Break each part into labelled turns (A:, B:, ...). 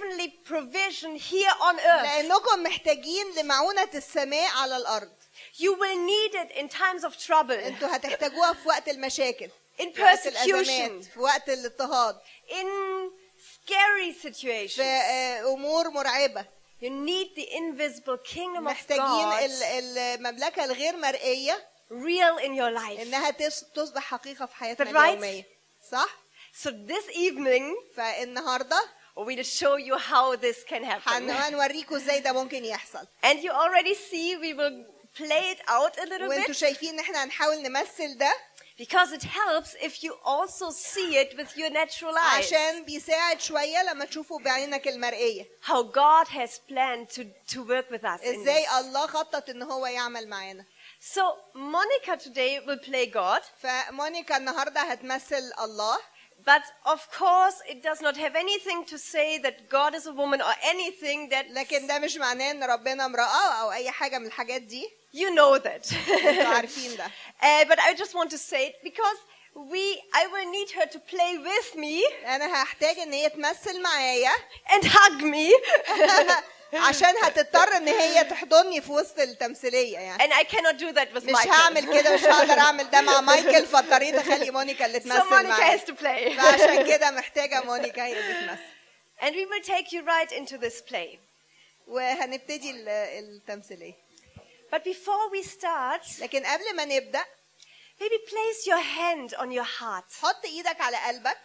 A: earthly provision here on earth.
B: لأنكم محتاجين لمعونة السماء على الأرض
A: You will need it in times of trouble,
B: انتوا هتحتاجوها في وقت المشاكل
A: in
B: في وقت الأزمات
A: persecution,
B: في وقت الاضطهاد
A: in scary
B: في
A: situations.
B: آه، أمور مرعبة
A: You need the invisible kingdom of
B: محتاجين
A: God
B: ال- المملكة الغير مرئية
A: real in your life.
B: إنها تس- تصبح حقيقة في حياتنا
A: That's right.
B: اليومية صح؟
A: So this evening,
B: فالنهاردة
A: we'll show you how this can happen.
B: هن- هنوريكم ازاي ده ممكن يحصل
A: And you already see we will play it out a little
B: وانتوا
A: bit
B: شايفين ان احنا هنحاول نمثل ده
A: because it helps if you also see it with your natural eyes.
B: عشان بيساعد شوية لما تشوفوا بعينك المرئية
A: How God has planned to, to work with us. in
B: ازاي
A: this.
B: الله خطط ان هو يعمل معانا
A: So Monica today will play God,
B: فمونيكا النهاردة هتمثل الله
A: but of course it does not have anything to say that God is a woman or anything that
B: لكن ده مش معناه ان ربنا امرأة او اي حاجة من الحاجات دي
A: you know that.
B: انتوا عارفين ده
A: Uh, but I just want to say it because we I will need her to play with me
B: انا هحتاج ان هي تمثل معايا
A: and hug me.
B: عشان هتضطر ان هي تحضني في وسط التمثيليه يعني
A: And I cannot do that with
B: مش
A: Michael.
B: هعمل كده مش هقدر اعمل ده مع مايكل فاضطريت اخلي مونيكا اللي
A: So
B: تمثل
A: Monica
B: معايا
A: has to play.
B: فعشان كده محتاجه مونيكا هي اللي تمثل
A: And we will take you right into this play.
B: وهنبتدي ال- التمثيليه
A: But before we start,
B: لكن قبل ما نبدا
A: maybe place your hand on your heart.
B: حط ايدك على قلبك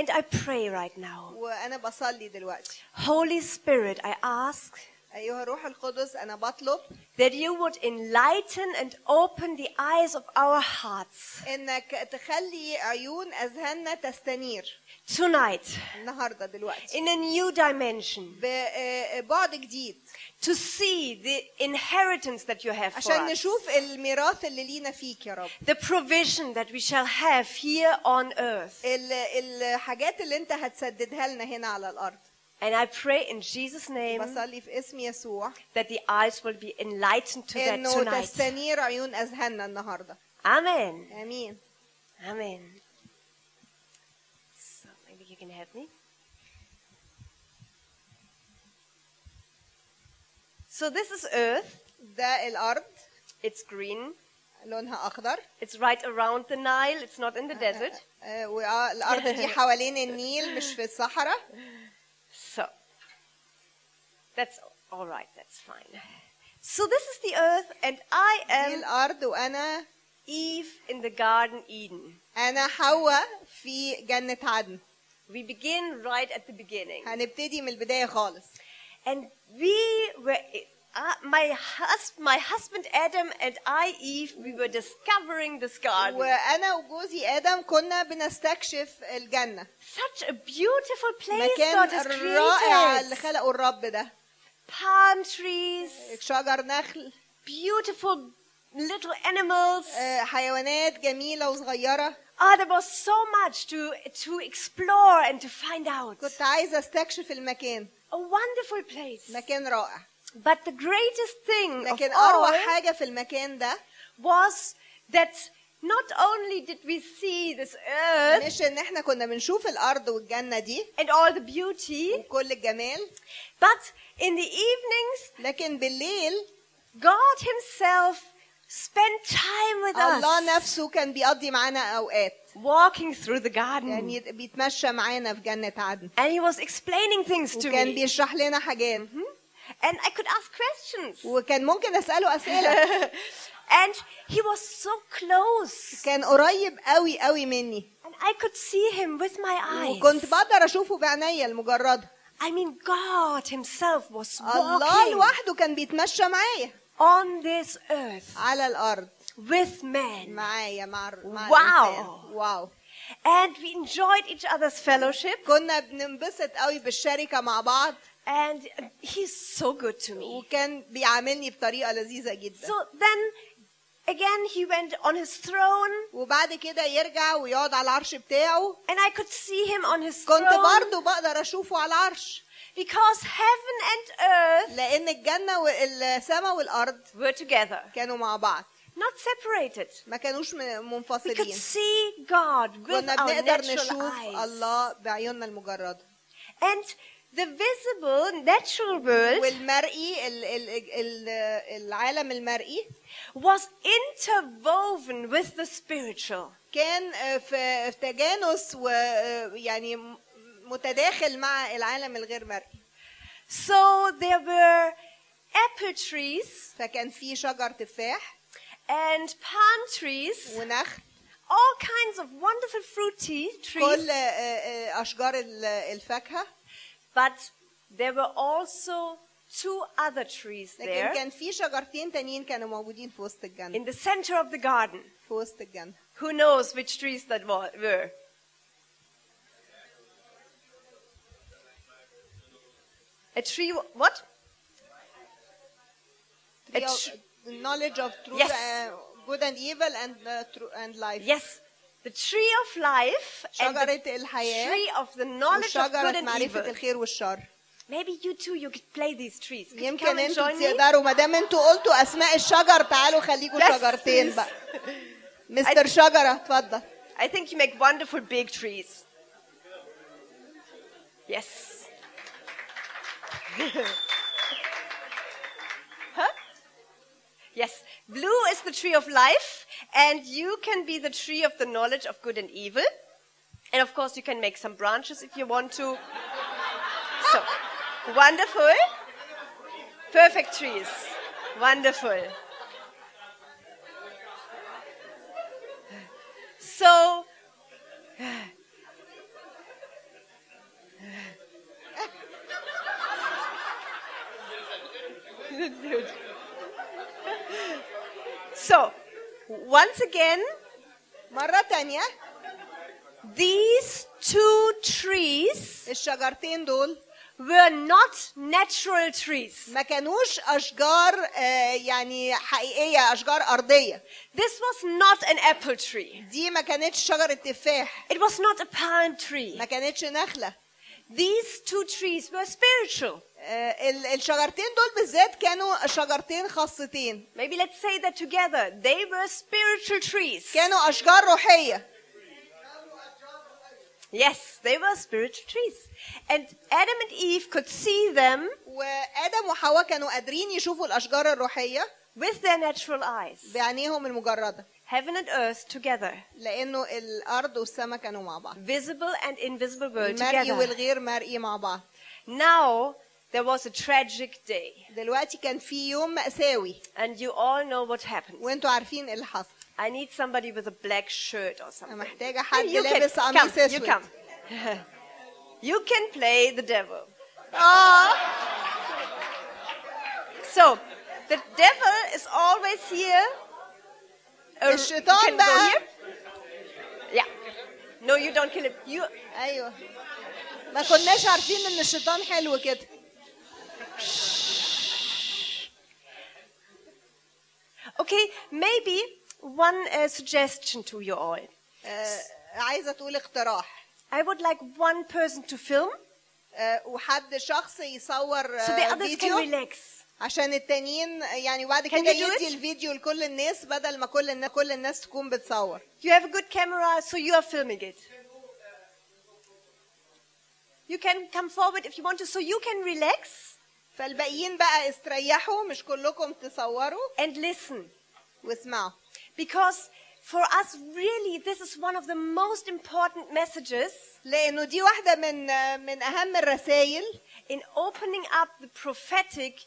A: And I pray right now.
B: وانا بصلي دلوقتي
A: Holy Spirit, I ask
B: ايها الروح القدس انا بطلب
A: that you would enlighten and open the eyes of our hearts
B: انك تخلي عيون اذهاننا تستنير
A: tonight
B: النهارده دلوقتي
A: in a new dimension
B: ببعد جديد
A: to see the inheritance that you have for
B: عشان
A: us.
B: نشوف الميراث اللي لينا فيك يا رب
A: The provision that we shall have here on earth.
B: ال- الحاجات اللي انت هتسددها لنا هنا على الارض
A: And I pray in Jesus' name
B: بصلي في اسم يسوع
A: that the eyes will be enlightened to that
B: انه
A: tonight.
B: تستنير عيون اذهاننا النهارده
A: Amen.
B: امين
A: Amen. So maybe you can help me. So this is Earth.
B: ده الارض
A: It's green.
B: لونها اخضر
A: It's right around the Nile. It's not in the desert.
B: آه، والارض دي حوالين النيل مش في الصحراء
A: So that's all right. That's fine. So this is the Earth, and I
B: دي
A: am
B: الارض وانا
A: Eve in the Garden Eden.
B: انا حواء في جنه عدن
A: We begin right at the beginning.
B: هنبتدي من البدايه خالص
A: And we were, uh, my, hus- my husband Adam and I, Eve, we were discovering this garden.
B: وانا وجوزي ادم كنا بنستكشف الجنه
A: Such a beautiful place God
B: مكان
A: has
B: رائع اللي
A: created.
B: خلقه الرب ده
A: Palm trees,
B: شجر نخل
A: beautiful little animals.
B: آه، حيوانات جميله وصغيره
A: Ah, there was so much to, to explore and to find out.
B: كنت عايزه استكشف المكان
A: A wonderful place.
B: مكان رائع
A: But the greatest thing of
B: لكن
A: all
B: اروع حاجه في المكان ده
A: was that not only did we see this earth
B: مش ان احنا كنا بنشوف الارض والجنه دي
A: and all the beauty,
B: وكل الجمال
A: But in the evenings,
B: لكن بالليل
A: God Himself spent time with
B: الله
A: us,
B: نفسه كان بيقضي معانا اوقات
A: walking through the garden.
B: يعني بيتمشى معانا في جنه عدن
A: And He was explaining things to
B: وكان
A: me.
B: بيشرح لنا حاجات
A: And I could ask questions.
B: وكان ممكن اساله اسئله
A: And He was so close.
B: كان قريب قوي قوي مني
A: And I could see Him with
B: Oh,
A: my
B: وكنت
A: eyes.
B: بقدر اشوفه بعينيا المجرده
A: I mean, God Himself was
B: الله
A: walking
B: لوحده كان بيتمشى معايا
A: on this earth
B: على الارض
A: with man.
B: معايا مع الر- مع
A: واو.
B: الإنسان. واو
A: And we enjoyed each other's fellowship.
B: كنا بننبسط قوي بالشركه مع بعض
A: And He's so good to me.
B: وكان بيعاملني بطريقه لذيذه جدا
A: So then again he went on his throne
B: وبعد كده يرجع ويقعد على العرش بتاعه
A: and I could see him on his
B: كنت
A: throne
B: برضه بقدر اشوفه على العرش
A: because heaven and earth
B: لان الجنه والسماء والارض
A: were together,
B: كانوا مع بعض
A: not separated.
B: ما كانوش م-
A: We could
B: منفصلين
A: see God with
B: كنا
A: our
B: بنقدر
A: natural
B: نشوف
A: eyes.
B: الله بعيوننا المجرده
A: And The visible natural world
B: والمرئي ال- ال- ال- العالم المرئي
A: was interwoven with the spiritual.
B: كان آه، في في تجانس ويعني متداخل مع العالم الغير مرئي
A: So there were apple trees
B: فكان في شجر تفاح
A: and palm trees,
B: ونخل
A: all kinds of wonderful fruity trees,
B: كل آه، آه، اشجار ال- الفاكهه
A: but there were also two other trees
B: لكن
A: there
B: كان في شجرتين تانيين كانوا موجودين في وسط الجنه
A: in the center of the garden.
B: في وسط الجنه
A: Who knows which trees that wa- were? A tree, w- what? A tr-
B: uh, The knowledge of truth
A: Yes.
B: uh, good and evil and uh, true and life
A: Yes, the tree of life and
B: شجرة
A: the
B: الحياة
A: tree of the knowledge of
B: وشجرة
A: good and
B: معرفة
A: evil.
B: الخير والشر
A: Maybe you too, you could play these trees. Could you
B: يمكن
A: come and
B: انتوا
A: join me?
B: تقدروا ما دام انتوا قلتوا اسماء الشجر تعالوا خليكوا
A: Yes,
B: شجرتين
A: please.
B: بقى مستر شجرة اتفضل
A: I think you make wonderful big trees. Yes. huh? Yes. Blue is the tree of life, and you can be the tree of the knowledge of good and evil. And of course, you can make some branches if you want to. So, wonderful. Perfect trees. Wonderful. So, so once again,
B: مرة تانية
A: these two trees
B: الشجرتين دول
A: were not natural trees.
B: ما كانوش اشجار آه، يعني حقيقية اشجار ارضية
A: This was not an apple tree.
B: دي ما كانتش شجرة تفاح
A: It was not a palm tree.
B: ما كانتش نخلة
A: These two trees were spiritual.
B: آه، ال- الشجرتين دول بالذات كانوا شجرتين خاصتين
A: Maybe let's say that together. They were spiritual trees.
B: كانوا اشجار روحيه
A: Yes, they were spiritual trees. And Adam and Eve could see them
B: وادم وحواء كانوا قادرين يشوفوا الاشجار الروحيه
A: with their natural eyes.
B: بعينيهم المجرده
A: Heaven and earth together.
B: لانه الارض والسماء كانوا مع بعض
A: Visible and invisible world
B: المرئي
A: together.
B: والغير مرئي مع بعض
A: Now, there was a tragic day.
B: دلوقتي كان في يوم مأساوي
A: And you all know what happened.
B: وانتوا عارفين ايه اللي حصل
A: I need somebody with a black shirt or something.
B: أنا محتاجة حد
A: you can
B: لابس
A: come,
B: قميص
A: you
B: أسود.
A: come. you can play the devil.
B: اه
A: So, the devil is always here. Uh,
B: الشيطان
A: you can go
B: بقى.
A: here. Yeah. No, you don't kill him. You
B: ايوه ما كناش عارفين ان الشيطان حلو كده
A: okay? Maybe one uh, suggestion to you all.
B: آه عايزه تقول اقتراح
A: I would like one person to film
B: آه وحد شخص يصور آه
A: so the others
B: فيديو
A: can relax.
B: عشان التانيين يعني وبعد
A: Can
B: كده
A: you do
B: يدي
A: it?
B: الفيديو لكل الناس بدل ما كل الناس كل الناس تكون بتصور
A: You have a good camera, so you are filming it. You can come forward if you want to, so you can relax
B: فالباقيين بقى استريحوا مش كلكم تصوروا
A: and listen.
B: واسمعوا
A: Because for us, really, this is one of the most important messages
B: لانه دي واحده من من اهم الرسائل
A: in opening up the prophetic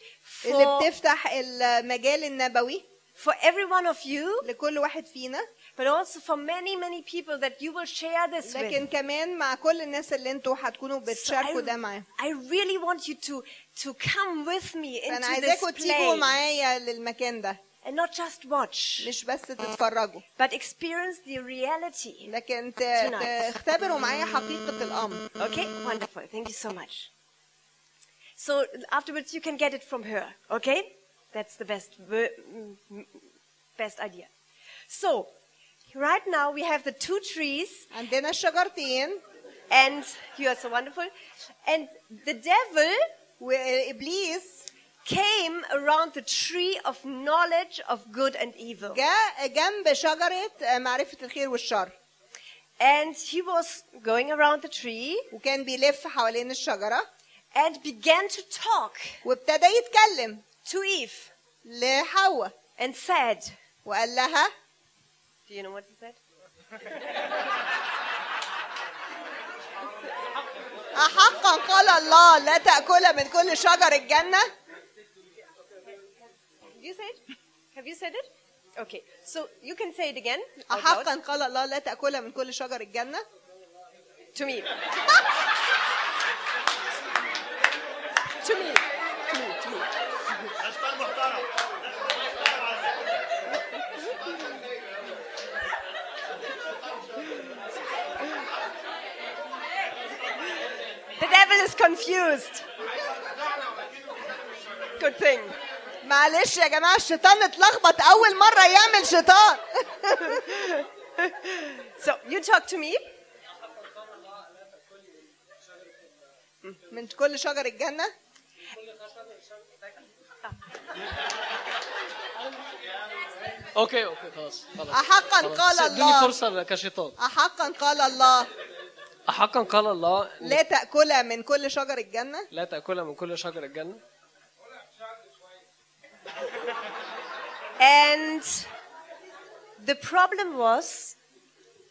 B: اللي
A: for,
B: بتفتح المجال النبوي
A: for every one of you,
B: لكل واحد فينا
A: but also for many, many people that you will share this
B: لكن
A: with.
B: كمان مع كل الناس اللي انتوا هتكونوا
A: So I,
B: بتشاركوا ده معاهم
A: I really want you to, to come with me
B: فانا
A: into this
B: عايزاكم تيجوا
A: play
B: معايا للمكان ده
A: and not just watch,
B: مش بس تتفرجوا
A: but experience the reality.
B: لكن ت-
A: Tonight.
B: تختبروا معايا حقيقه الامر
A: Okay, wonderful. Thank you so much. So afterwards, you can get it from her. Okay, that's the best wo- mm, mm, best idea. So right now we have the two trees,
B: عندنا الشجرتين
A: and you are so wonderful. And the devil
B: وابليس
A: came around the tree of knowledge of good and evil,
B: جاء جنب شجره معرفه الخير والشر
A: and he was going around the tree,
B: وكان بيلف حوالين الشجره
A: and began to talk
B: وابتدى يتكلم
A: to Eve
B: لحواء
A: and said,
B: وقال لها
A: Do you know what he said?
B: أحقا قال الله لا تأكل من كل شجر الجنة
A: You say it? Have you said it? Okay. So you can say it again. out loud.
B: أحقا قال الله لا تأكل من كل شجر الجنة
A: To me. to me. To me. To me.
C: اشطر محترم
A: The devil is confused. Good thing.
B: معلش يا جماعة الشيطان اتلخبط أول مرة يعمل شيطان
A: So you talk to me.
B: من كل شجر الجنة
D: اوكي اوكي خلاص خلاص
B: أحقاً
D: خلاص.
B: قال الله.
D: اديني فرصه كشيطان
B: أحقا قال الله
D: احقا قال الله إن
B: لا تأكل من كل شجر الجنة
D: لا تاكل من كل شجر الجنه
A: And the problem was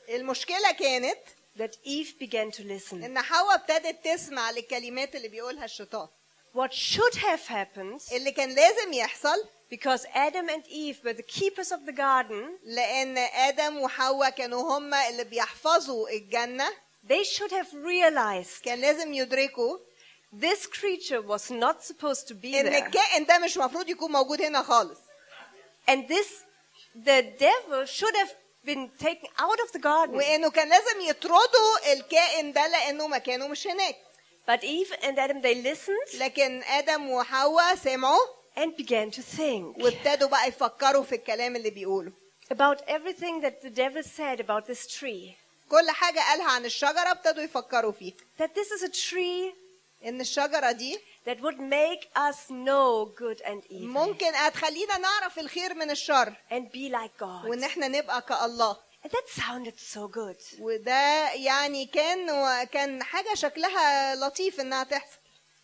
B: المشكلة كانت
A: that Eve began to listen.
B: إن حواء ابتدت تسمع للكلمات اللي بيقولها الشيطان
A: What should have happened,
B: اللي كان لازم يحصل
A: because Adam and Eve were the keepers of the garden,
B: لأن آدم وحواء كانوا هما اللي بيحفظوا الجنة
A: they should have realized
B: كان لازم يدركوا
A: this creature was not supposed to be
B: ان
A: there.
B: الكائن ده مش مفروض يكون موجود هنا خالص
A: And this, the devil should have been taken out of the garden.
B: وانه كان لازم يطردوا الكائن ده لانه مكانه مش هناك
A: But Eve and Adam, they listened
B: لكن ادم وحواء سمعوا
A: and began to think
B: وابتدوا بقى يفكروا في الكلام اللي بيقوله
A: about everything that the devil said about this tree.
B: كل حاجه قالها عن الشجره ابتدوا يفكروا فيه
A: That this is a tree
B: ان الشجره دي
A: that would make us know good and evil
B: ممكن هتخلينا نعرف الخير من الشر
A: and be like God.
B: وان احنا نبقى كالله
A: And that sounded so good.
B: وده يعني كان كان حاجه شكلها لطيف انها تحصل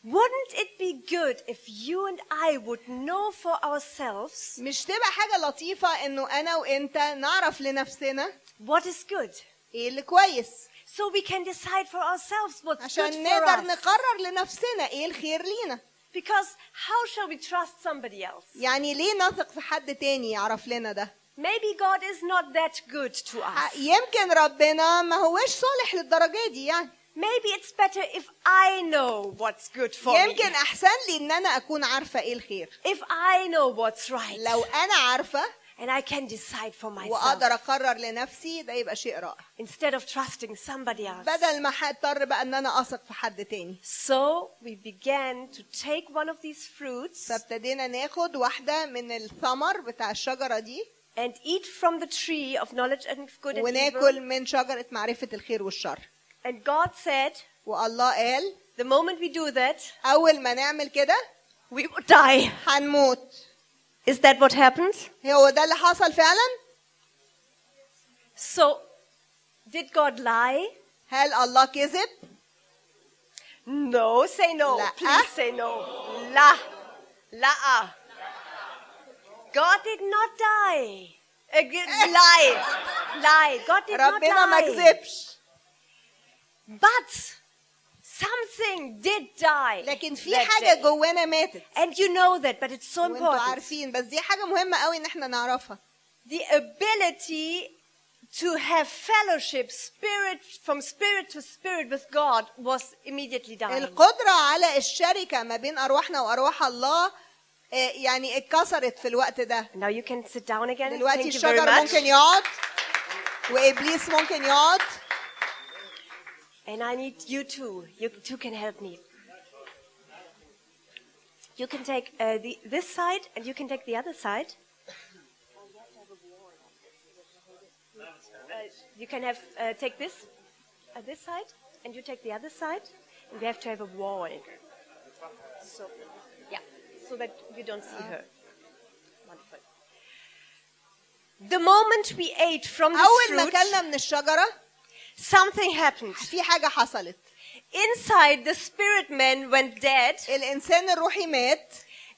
A: Wouldn't it be good if you and I would know for ourselves
B: مش تبقى حاجه لطيفه انه انا وانت نعرف لنفسنا
A: what is good?
B: ايه اللي كويس
A: So we can decide for ourselves what's good
B: عشان
A: for
B: نقدر
A: us.
B: نقرر لنفسنا ايه الخير لينا
A: Because how shall we trust somebody else?
B: يعني ليه نثق في حد تاني يعرف لنا ده
A: Maybe God is not that good to
B: ح-
A: us.
B: يمكن ربنا ما هوش صالح للدرجة دي يعني
A: Maybe it's better if I know what's good for me.
B: يمكن أحسن لي إن أنا أكون عارفة إيه الخير
A: If I know what's right.
B: لو أنا عارفة
A: And I can decide for myself.
B: وأقدر أقرر لنفسي ده يبقى شيء رائع
A: Instead of trusting somebody else.
B: بدل ما هضطر بقى إن أنا أثق في حد تاني
A: So we began to take one of these fruits
B: فابتدينا ناخد واحدة من الثمر بتاع الشجرة دي
A: and eat from the tree of knowledge and of good and
B: وناكل
A: evil.
B: من شجرة معرفة الخير والشر
A: And God said,
B: والله قال
A: the moment we do that,
B: أول ما نعمل كده
A: we would die.
B: هنموت
A: Is that what happened?
B: هو ده اللي حصل فعلا
A: So, did God lie?
B: هل الله كذب
A: No, say no.
B: La-
A: Please say no. La. La. God did not die. Again, lie. Lie. God did not
B: ربنا ما
A: die.
B: كذبش
A: But something did die.
B: لكن في
A: that
B: حاجه
A: day.
B: جوانا ماتت
A: And you know that, but it's so
B: وانتوا
A: important.
B: عارفين بس دي حاجه مهمه قوي ان احنا نعرفها
A: The ability to have fellowship spirit from spirit to spirit with God was immediately dying.
B: القدره على الشركه ما بين ارواحنا وارواح الله آه، يعني اتكسرت في الوقت ده
A: Now you can sit down again.
B: دلوقتي
A: Thank you very
B: الشجر
A: much.
B: ممكن يقعد وابليس ممكن يقعد
A: And I need you too. You two can help me. You can take uh, the, this side and you can take the other side. Uh, you can have uh, take this, uh, this side, and you take the other side. And we have to have a wall. So, yeah, so that you don't see her. Wonderful. The moment we ate from this
B: اول ما
A: fruit,
B: اكلنا من الشجره
A: something happened.
B: في حاجه حصلت
A: Inside, the spirit man went dead,
B: الانسان الروحي مات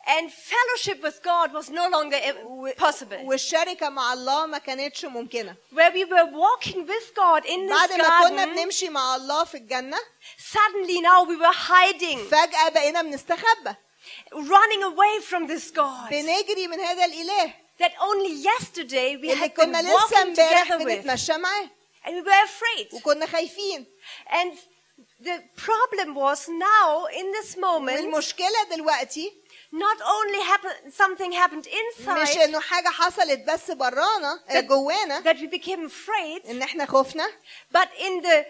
A: and fellowship with God was no longer eh, possible.
B: والشركه مع الله ما كانتش ممكنه
A: Where we were walking with God in this
B: بعد ما كنا
A: garden,
B: بنمشي مع الله في الجنه
A: suddenly now we were hiding,
B: فجاه بقينا بنستخبى
A: running away from this God
B: بنجري من هذا الاله
A: that only yesterday we
B: اللي
A: had
B: كنا
A: been
B: لسه
A: walking
B: امبارح
A: together with,
B: بنتمشى معاه
A: and we were afraid.
B: وكنا خايفين
A: And the problem was now in this moment,
B: والمشكله دلوقتي
A: not only happen, something happened
B: مش
A: inside
B: انه حاجه حصلت بس برانا آه،
A: That-
B: جوانا
A: that we became afraid,
B: ان احنا خفنا
A: but in the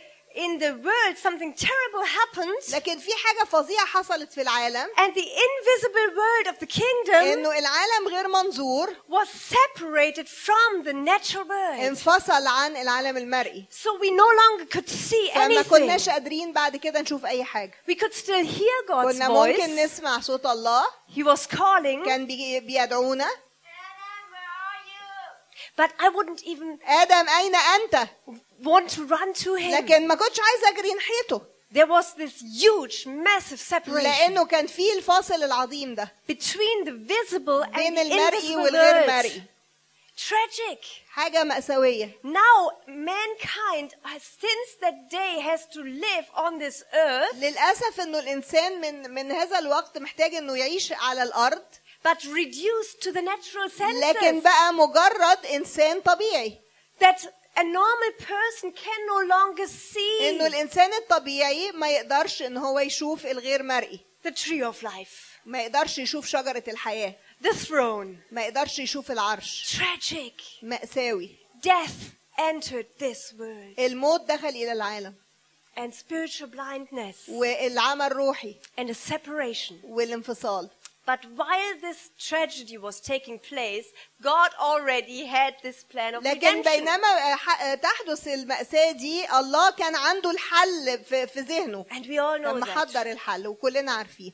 A: in the world something terrible happened,
B: لكن في حاجه فظيعه حصلت في العالم
A: and the invisible world of the kingdom
B: انه العالم غير منظور
A: was separated from the natural world.
B: انفصل عن العالم المرئي
A: So we no longer could see
B: فما
A: anything.
B: كناش قادرين بعد كده نشوف اي حاجه
A: We could still hear God's
B: كنا ممكن
A: voice.
B: نسمع صوت الله
A: He was calling,
B: كان بي- بيدعونا
A: but I wouldn't even
B: ادم اين انت
A: want to run to him.
B: لكن ما كنتش عايزه اجري ناحيته
A: There was this huge, massive separation
B: لانه كان في الفاصل العظيم ده
A: between the visible and
B: بين
A: the
B: المرئي
A: invisible
B: والغير
A: world.
B: مرئي
A: Tragic.
B: حاجه ماساويه
A: Now mankind, has- since that day, has to live on this earth,
B: للاسف انه الانسان من من هذا الوقت محتاج انه يعيش على الارض
A: but reduced to the natural
B: لكن
A: senses.
B: بقى مجرد انسان طبيعي
A: That a normal person can no longer
B: انه
A: see
B: الانسان الطبيعي ما يقدرش ان هو يشوف الغير مرئي
A: the tree of life,
B: ما يقدرش يشوف شجره الحياه
A: the throne.
B: ما يقدرش يشوف العرش
A: Tragic.
B: ماساوي
A: Death entered this world,
B: الموت دخل الى العالم
A: and spiritual blindness,
B: والعمى الروحي
A: and a separation.
B: والانفصال
A: But while this tragedy was taking place, God already had this plan of
B: لكن
A: redemption.
B: بينما ح- تحدث المأساة دي الله كان عنده الحل في في ذهنه
A: And we all know
B: كان
A: that.
B: محضر الحل وكلنا عارفين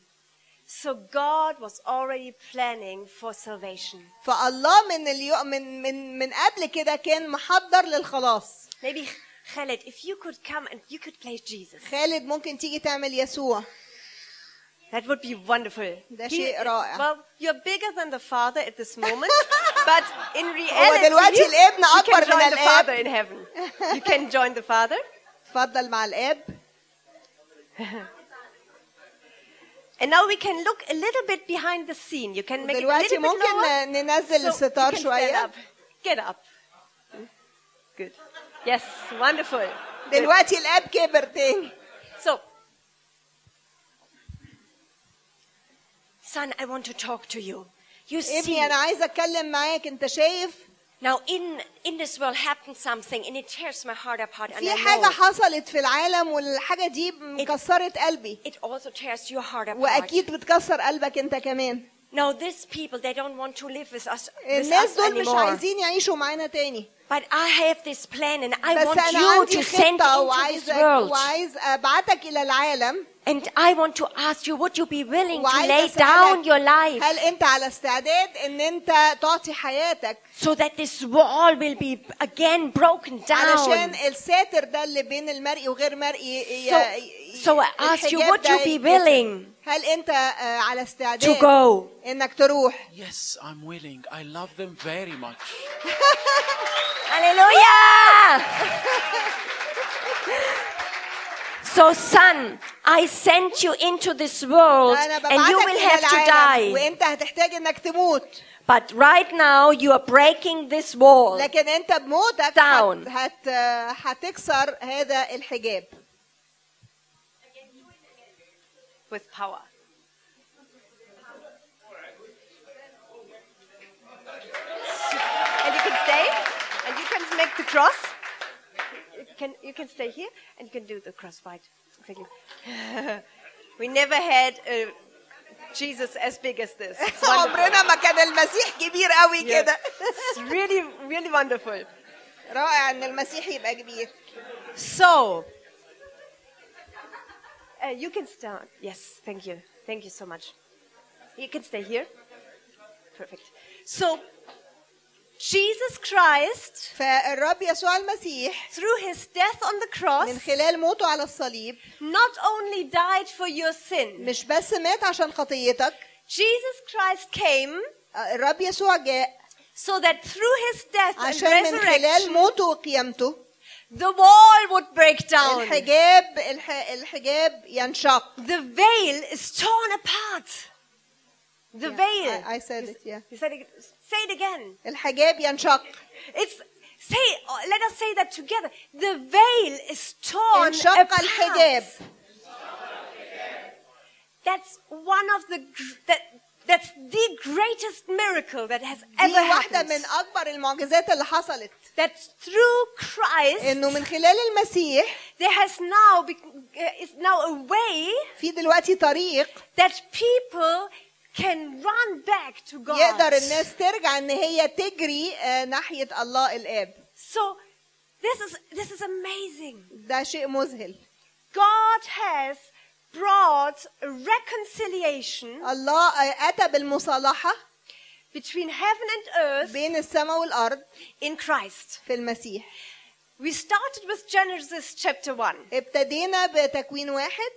A: So God was already planning for salvation.
B: فالله من اليو... من من من قبل كده كان محضر للخلاص
A: Maybe Khaled, if you could come and you could play Jesus,
B: خالد ممكن تيجي تعمل يسوع
A: that would be wonderful.
B: ده
A: He-
B: شيء رائع.
A: Well, you're bigger than the Father at this moment, but in
B: هو
A: reality,
B: دلوقتي الابن
A: you
B: اكبر
A: can
B: من
A: join the Father
B: الاب
A: in heaven. You can join the Father.
B: اتفضل مع الاب
A: And now we can look a little bit behind the scene. You can make it a
B: دلوقتي
A: little bit
B: ممكن
A: lower.
B: ننزل
A: So,
B: الستار
A: you can stand
B: شويه
A: up. Get up. Good. Yes, wonderful. Good.
B: دلوقتي الاب كبر تاني
A: So, son, I want to talk to you. You see,
B: ابني انا عايزه اتكلم معاك انت شايف
A: now in in this world happened something, and it tears my heart apart. And
B: في
A: I
B: حاجه
A: know
B: حصلت في العالم والحاجه دي مكسرت قلبي
A: it also tears your heart apart.
B: واكيد بتكسر قلبك انت كمان
A: Now, these people, they don't want to live with us, with
B: الناس
A: us
B: دول مش
A: anymore.
B: عايزين يعيشوا معانا تاني
A: But I have this plan, and I
B: بس
A: want
B: انا
A: you
B: عندي
A: to send into
B: خطه
A: this
B: وعايزك
A: world.
B: وعايز ابعتك الى العالم
A: And I want to ask you, would you be willing to
B: وعايز
A: lay down your life
B: هل انت على استعداد ان انت تعطي حياتك
A: so that this wall will be again broken down?
B: علشان الساتر ده اللي بين المرئي وغير مرئي ي-
A: So,
B: ي-
A: so I ask you,
B: الحجاب
A: would
B: ده
A: you be
B: يتكسر.
A: willing
B: هل انت آه، على
A: to
B: استعداد
A: go?
B: انك تروح
E: Yes, I'm willing. I love them very much.
A: Hallelujah! so, son, I sent you into this world,
B: انا
A: and you
B: ببعتك
A: will
B: الى
A: have to
B: العالم
A: die.
B: وانت هتحتاج انك تموت
A: But right now, you are breaking this wall.
B: لكن انت بموتك
A: Down.
B: هت هت هتكسر هذا الحجاب
A: with power. And you can stay, and you can make the cross. You can, you can stay here, and you can do the cross right. Thank you. we never had a uh, Jesus as big as this. It's wonderful.
B: عمرنا ما كان المسيح كبير قوي
A: Yeah.
B: كده
A: It's really, really wonderful.
B: رائع ان المسيح يبقى كبير
A: So, uh, you can start. Yes, thank you. Thank you so much. You can stay here. Perfect. So, Jesus Christ,
B: فالرب يسوع المسيح
A: through his death on the
B: من
A: cross,
B: خلال موته على الصليب
A: not only died for your sin,
B: مش بس مات عشان خطيتك
A: Jesus Christ came
B: الرب يسوع جاء
A: so that through his death and
B: عشان من خلال
A: resurrection,
B: موته وقيامته
A: the wall would break down.
B: الحجاب الح... الحجاب ينشق
A: The veil is torn apart. The veil.
B: I, I said it, yeah.
A: You said it, say it again.
B: الحجاب ينشق
A: It's say. Let us say that together. The veil is torn
B: انشق
A: apart.
B: الحجاب.
A: That's one of the gr- that that's the greatest miracle that has
B: دي
A: ever
B: واحدة
A: happened.
B: من أكبر المعجزات اللي حصلت
A: That through Christ
B: إنه من خلال المسيح
A: there has now be, uh, is now a way
B: في دلوقتي طريق
A: that people can run back to God.
B: يقدر الناس ترجع إن هي تجري آه، ناحية الله الآب
A: So this is this is amazing.
B: ده شيء مذهل
A: God has brought a reconciliation
B: الله آه، أتى بالمصالحة
A: between heaven and earth
B: بين السماء والأرض
A: in Christ.
B: في المسيح
A: We started with Genesis chapter 1
B: ابتدينا بتكوين واحد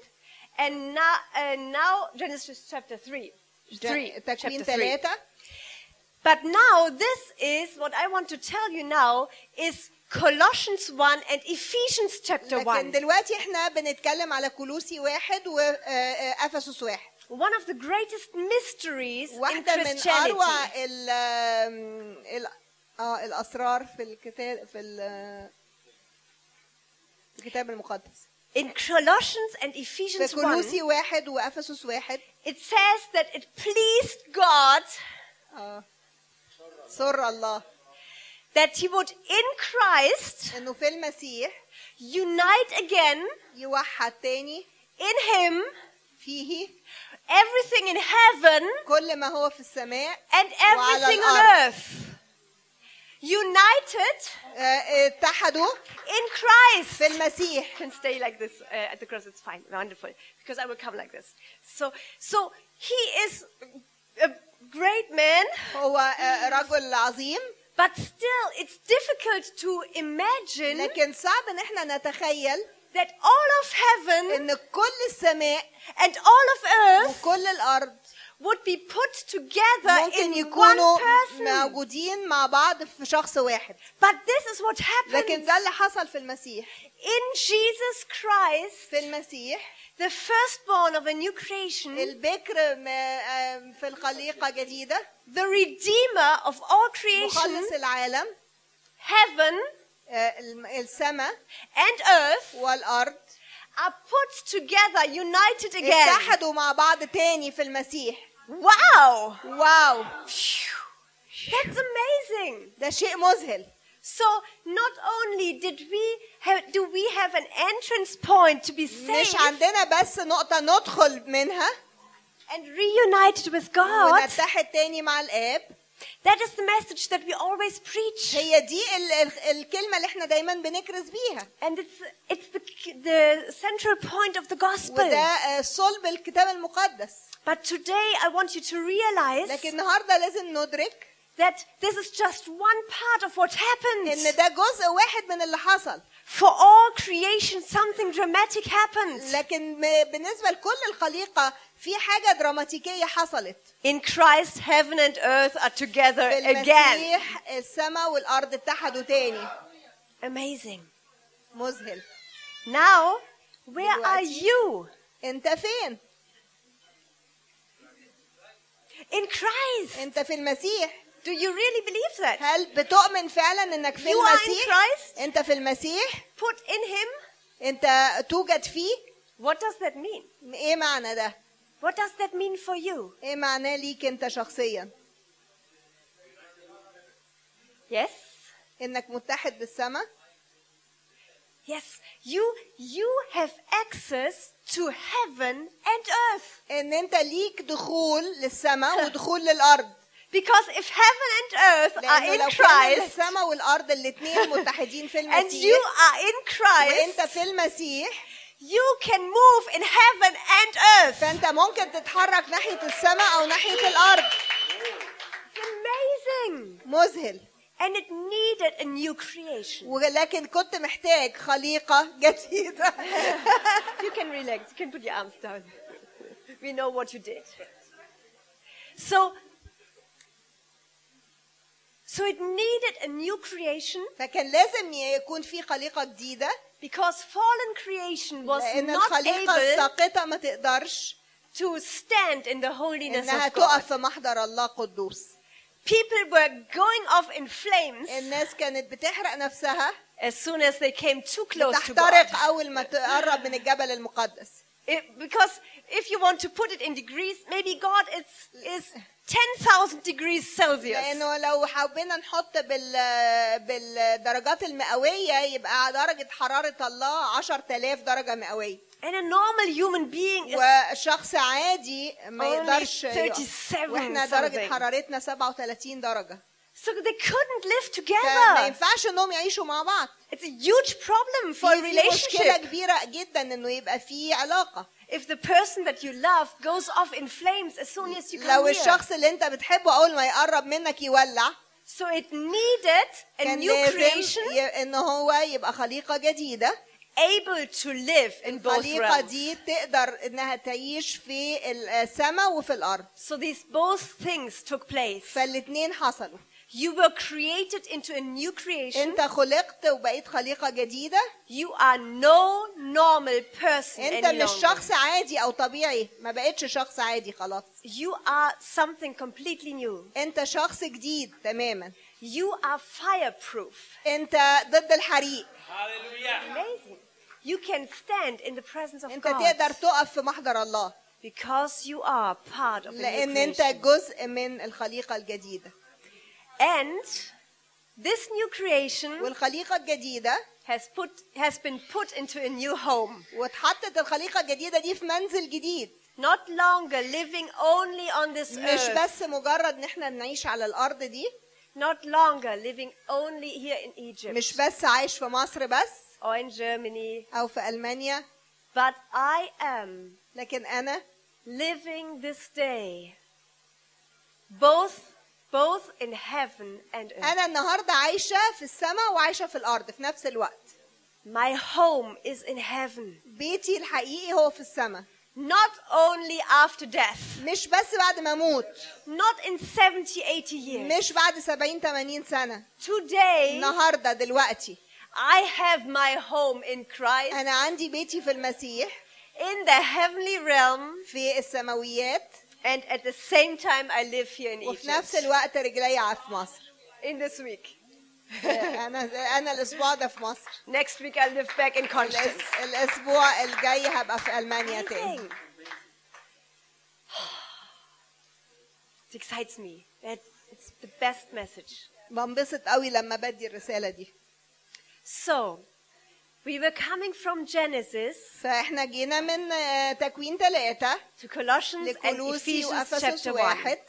A: and now, and now Genesis chapter 3. Three,
B: ج- تكوين
A: chapter three.
B: ثلاثة
A: But now this is what I want to tell you now is Colossians 1 and Ephesians chapter
B: لكن
A: 1.
B: دلوقتي احنا بنتكلم على كلوسي واحد وأفسس واحد
A: One of the greatest mysteries in
B: واحدة من
A: Christianity.
B: أروع ال آم، ال آه الأسرار في الكتاب في ال- آه، الكتاب المقدس
A: In Colossians and
B: في
A: Ephesians 1,
B: كلوسي واحد وأفسس واحد
A: it says that it pleased God
B: آه، سر الله
A: that He would in Christ
B: إنه في المسيح
A: unite again
B: يوحد تاني
A: in Him
B: فيه
A: everything in heaven
B: كل ما هو في السماء
A: and
B: وعلى
A: everything on
B: الأرض.
A: earth. United
B: آه، اتحدوا
A: in Christ.
B: في المسيح
A: can stay like this uh, at the cross. It's fine, wonderful, because I will come like this. So, so he is a great man,
B: هو آه، رجل عظيم
A: but still, it's difficult to imagine
B: لكن صعب ان احنا نتخيل
A: that all of heaven
B: ان كل السماء
A: and all of earth
B: وكل الارض
A: would be put together
B: ممكن
A: in one
B: يكونوا
A: person.
B: موجودين مع بعض في شخص واحد
A: But this is what
B: لكن
A: happened
B: ده اللي حصل في المسيح
A: in Jesus Christ,
B: في المسيح
A: the firstborn of a new creation,
B: البكر م- آم، في الخليقة جديدة
A: the Redeemer of all creation,
B: مخلص العالم
A: heaven
B: آه، الم- السماء
A: and earth.
B: والأرض
A: are put together, united again.
B: اتحدوا مع بعض تاني في المسيح
A: Wow!
B: واو
A: That's amazing.
B: ده شيء مذهل
A: So not only did we have, do we have an entrance point to be
B: مش
A: saved
B: عندنا بس نقطة ندخل منها
A: and reunited with God.
B: ونتحد تاني مع الآب
A: That is the message that we always preach,
B: هي دي ال- ال- الكلمة اللي احنا دايما بنكرز بيها
A: and it's it's the the central point of the gospel.
B: وده آه، صلب الكتاب المقدس
A: But today I want you to
B: لكن
A: realize
B: النهارده لازم ندرك
A: that this is just one part of what happens.
B: ان ده جزء واحد من اللي حصل
A: For all creation, something dramatic happens.
B: لكن م- بالنسبه لكل الخليقه في حاجه دراماتيكيه حصلت
A: In Christ, heaven and earth are together
B: في
A: again.
B: المسيح السماء والارض اتحدوا تاني
A: Amazing.
B: مذهل
A: Now, where
B: Dلوقتي.
A: are you?
B: انت فين
A: In Christ.
B: انت في المسيح
A: Do you really believe that?
B: هل بتؤمن فعلا انك في
A: You are in
B: المسيح
A: Christ.
B: انت في المسيح
A: Put in Him.
B: انت توجد فيه
A: What does that mean?
B: ايه معنى ده
A: What does that mean for you?
B: ايه معناه ليك انت شخصيا
A: Yes.
B: انك متحد بالسماء
A: Yes. You you have access to heaven and earth.
B: ان انت ليك دخول للسماء ودخول للارض
A: Because if heaven and earth are
B: لانه لو
A: in
B: كان
A: Christ
B: السماء والارض الاثنين متحدين في
A: and you
B: المسيح
A: are in
B: وانت
A: Christ,
B: في المسيح
A: you can move in heaven and earth.
B: فانت ممكن تتحرك ناحيه السماء او ناحيه الارض
A: Amazing.
B: مذهل
A: And it needed a new creation.
B: ولكن كنت محتاج خليقة جديدة
A: You can relax. You can put your arms down. We know what you did. So, so it needed a new creation
B: فكان لازم يكون في خليقة جديدة
A: because fallen creation was
B: لأن
A: not
B: الخليقة
A: able
B: الساقطة ما تقدرش
A: to stand in the holiness
B: إنها
A: of God.
B: تقف في محضر الله قدوس
A: People were going off in flames
B: الناس كانت بتحرق نفسها
A: as soon as they came too close to God.
B: تحترق أول ما تقرب من الجبل المقدس
A: It- because if you want to put it in degrees, maybe God it's, is 10,000 degrees Celsius.
B: لانه لو حبينا نحط بال بالدرجات المئويه يبقى درجه حراره الله 10000 درجه مئويه
A: And a normal human being is
B: وشخص عادي ما
A: Only
B: يقدرش يقف.
A: 37
B: واحنا درجه
A: something.
B: حرارتنا 37 درجه
A: so they couldn't live
B: فما
A: together.
B: ينفعش انهم يعيشوا مع بعض
A: It's a huge problem for a
B: في, في مشكله
A: relationship
B: كبيره جدا انه يبقى في علاقه
A: if the person that you love goes off in flames as soon as you come
B: لو
A: near.
B: الشخص اللي انت بتحبه اول ما يقرب منك يولع
A: So it needed a
B: كان
A: new
B: لازم
A: creation
B: ي- ان هو يبقى خليقه جديده
A: able to live in both
B: الخليقة
A: realms.
B: دي تقدر انها تعيش في السماء وفي الارض
A: So these both things took place.
B: فالاتنين حصلوا
A: You were created into a new creation.
B: انت خلقت وبقيت خليقة جديدة
A: You are no normal person
B: انت
A: any
B: مش
A: longer.
B: شخص عادي او طبيعي ما بقتش شخص عادي خلاص
A: You are something completely new.
B: انت شخص جديد تماما
A: You are fireproof.
B: انت ضد الحريق
A: Amazing. You can stand in the presence of
B: انت تقدر
A: God
B: تقف في محضر الله
A: because you are part of the new
B: لان انت
A: creation. Hmm.
B: جزء من الخليقة الجديدة
A: And this new creation
B: والخليقة الجديدة
A: has put has been put into a new home.
B: واتحطت الخليقة الجديدة دي في منزل جديد
A: Not longer living only on this
B: مش
A: earth.
B: بس مجرد ان احنا بنعيش على الارض دي
A: Not longer living only here in Egypt
B: مش بس عايش في مصر بس
A: or in Germany,
B: او في المانيا
A: but I am
B: لكن انا
A: living this day both both in heaven and earth.
B: انا النهارده عايشه في السماء وعايشه في الارض في نفس الوقت
A: My home is in heaven.
B: بيتي الحقيقي هو في السماء
A: Not only after death,
B: مش بس بعد ما اموت
A: not in 70, 80 years.
B: مش بعد 70 80 سنه
A: Today,
B: النهارده دلوقتي
A: I have my home in Christ
B: انا عندي بيتي في المسيح
A: in the heavenly realm,
B: في السماويات
A: and at the same time, I live here in
B: وفي
A: Egypt.
B: نفس الوقت رجليا في مصر
A: In this week.
B: انا انا الاسبوع ده في مصر
A: Next week, I live back in Constance.
B: الأس- الاسبوع الجاي هبقى في المانيا تاني
A: Amazing. It excites me. That it's the best message.
B: بنبسط قوي لما بدي الرساله دي
A: So, we were coming from Genesis
B: فاحنا جينا من آه، تكوين ثلاثة
A: to Colossians and
B: لكولوسي
A: Ephesians
B: وافسس
A: chapter 1.
B: واحد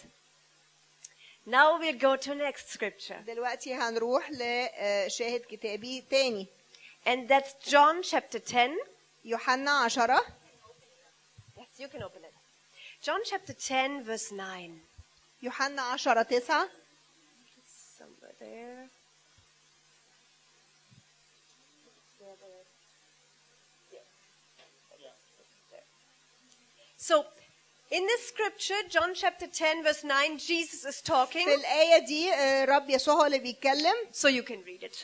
A: Now we'll go to next scripture.
B: دلوقتي هنروح لشاهد كتابي تاني
A: And that's John chapter 10.
B: يوحنا عشرة
A: Yes, you can open it. John chapter 10, verse 9.
B: يوحنا عشرة تسعة
A: It's somewhere there. Where the- yeah. There. So, in this scripture, John chapter 10, verse 9, Jesus is talking.
B: في الآية دي آه، رب يسوع هو اللي بيتكلم
A: So you can read it.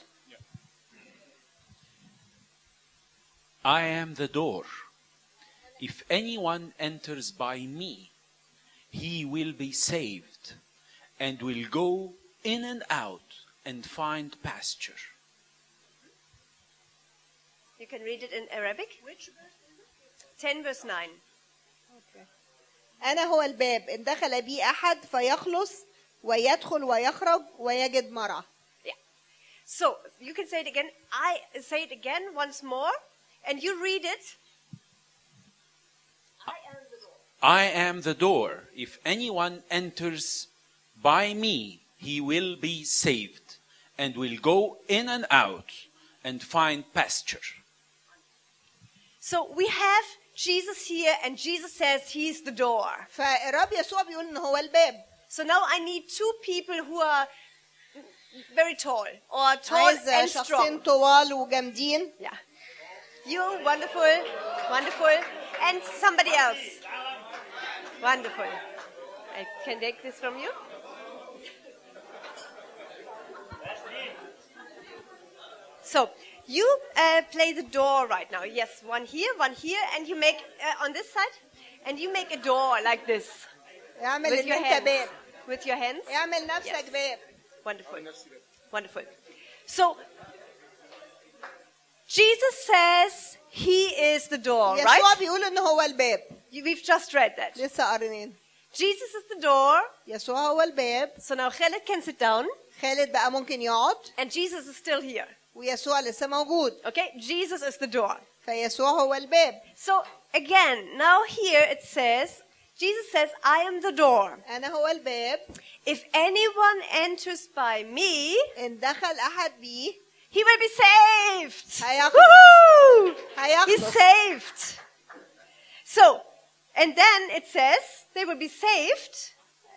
E: I am the door. If anyone enters by me, he will be saved and will go in and out and find pasture.
A: You can read it in Arabic. Which 10, verse 9.
B: أنا هو الباب إن دخل بي أحد فيخلص ويدخل ويخرج ويجد مرعى
A: So you can say it again. I say it again once more, and you read it.
E: I am the door. If anyone enters by me, he will be saved and will go in and out and find pasture.
A: So we have Jesus here, and Jesus says he's the door.
B: فالرب يسوع بيقول إن هو الباب
A: So now I need two people who are very tall or tall and
B: عايز شخصين
A: strong.
B: طوال وجامدين
A: Yeah. You wonderful, wonderful, and somebody else. Wonderful. I can take this from you. So you uh, play the door right now. Yes, one here, one here, and you make uh, on this side, and you make a door like this
B: اعمل
A: with
B: ان
A: your
B: انت
A: hands.
B: باب
A: With your hands.
B: اعمل نفسك
A: Yes.
B: باب
A: Wonderful. Wonderful. So, Jesus says he is the door,
B: يسوع
A: right?
B: بيقول ان هو الباب
A: You- We've just read that.
B: لسه قارنين
A: Jesus is the door.
B: يسوع هو الباب
A: So now Khaled can sit down,
B: خالد بقى ممكن يقعد
A: and Jesus is still here.
B: ويسوع لسه موجود
A: Okay? Jesus is the door.
B: فيسوع هو الباب
A: So, again, now here it says, Jesus says, I am the door.
B: انا هو الباب
A: If anyone enters by me,
B: ان دخل احد بيه
A: he will be saved.
B: هيخلص.
A: Woohoo! He's
B: هيخلص
A: saved. So, and then it says they will be saved,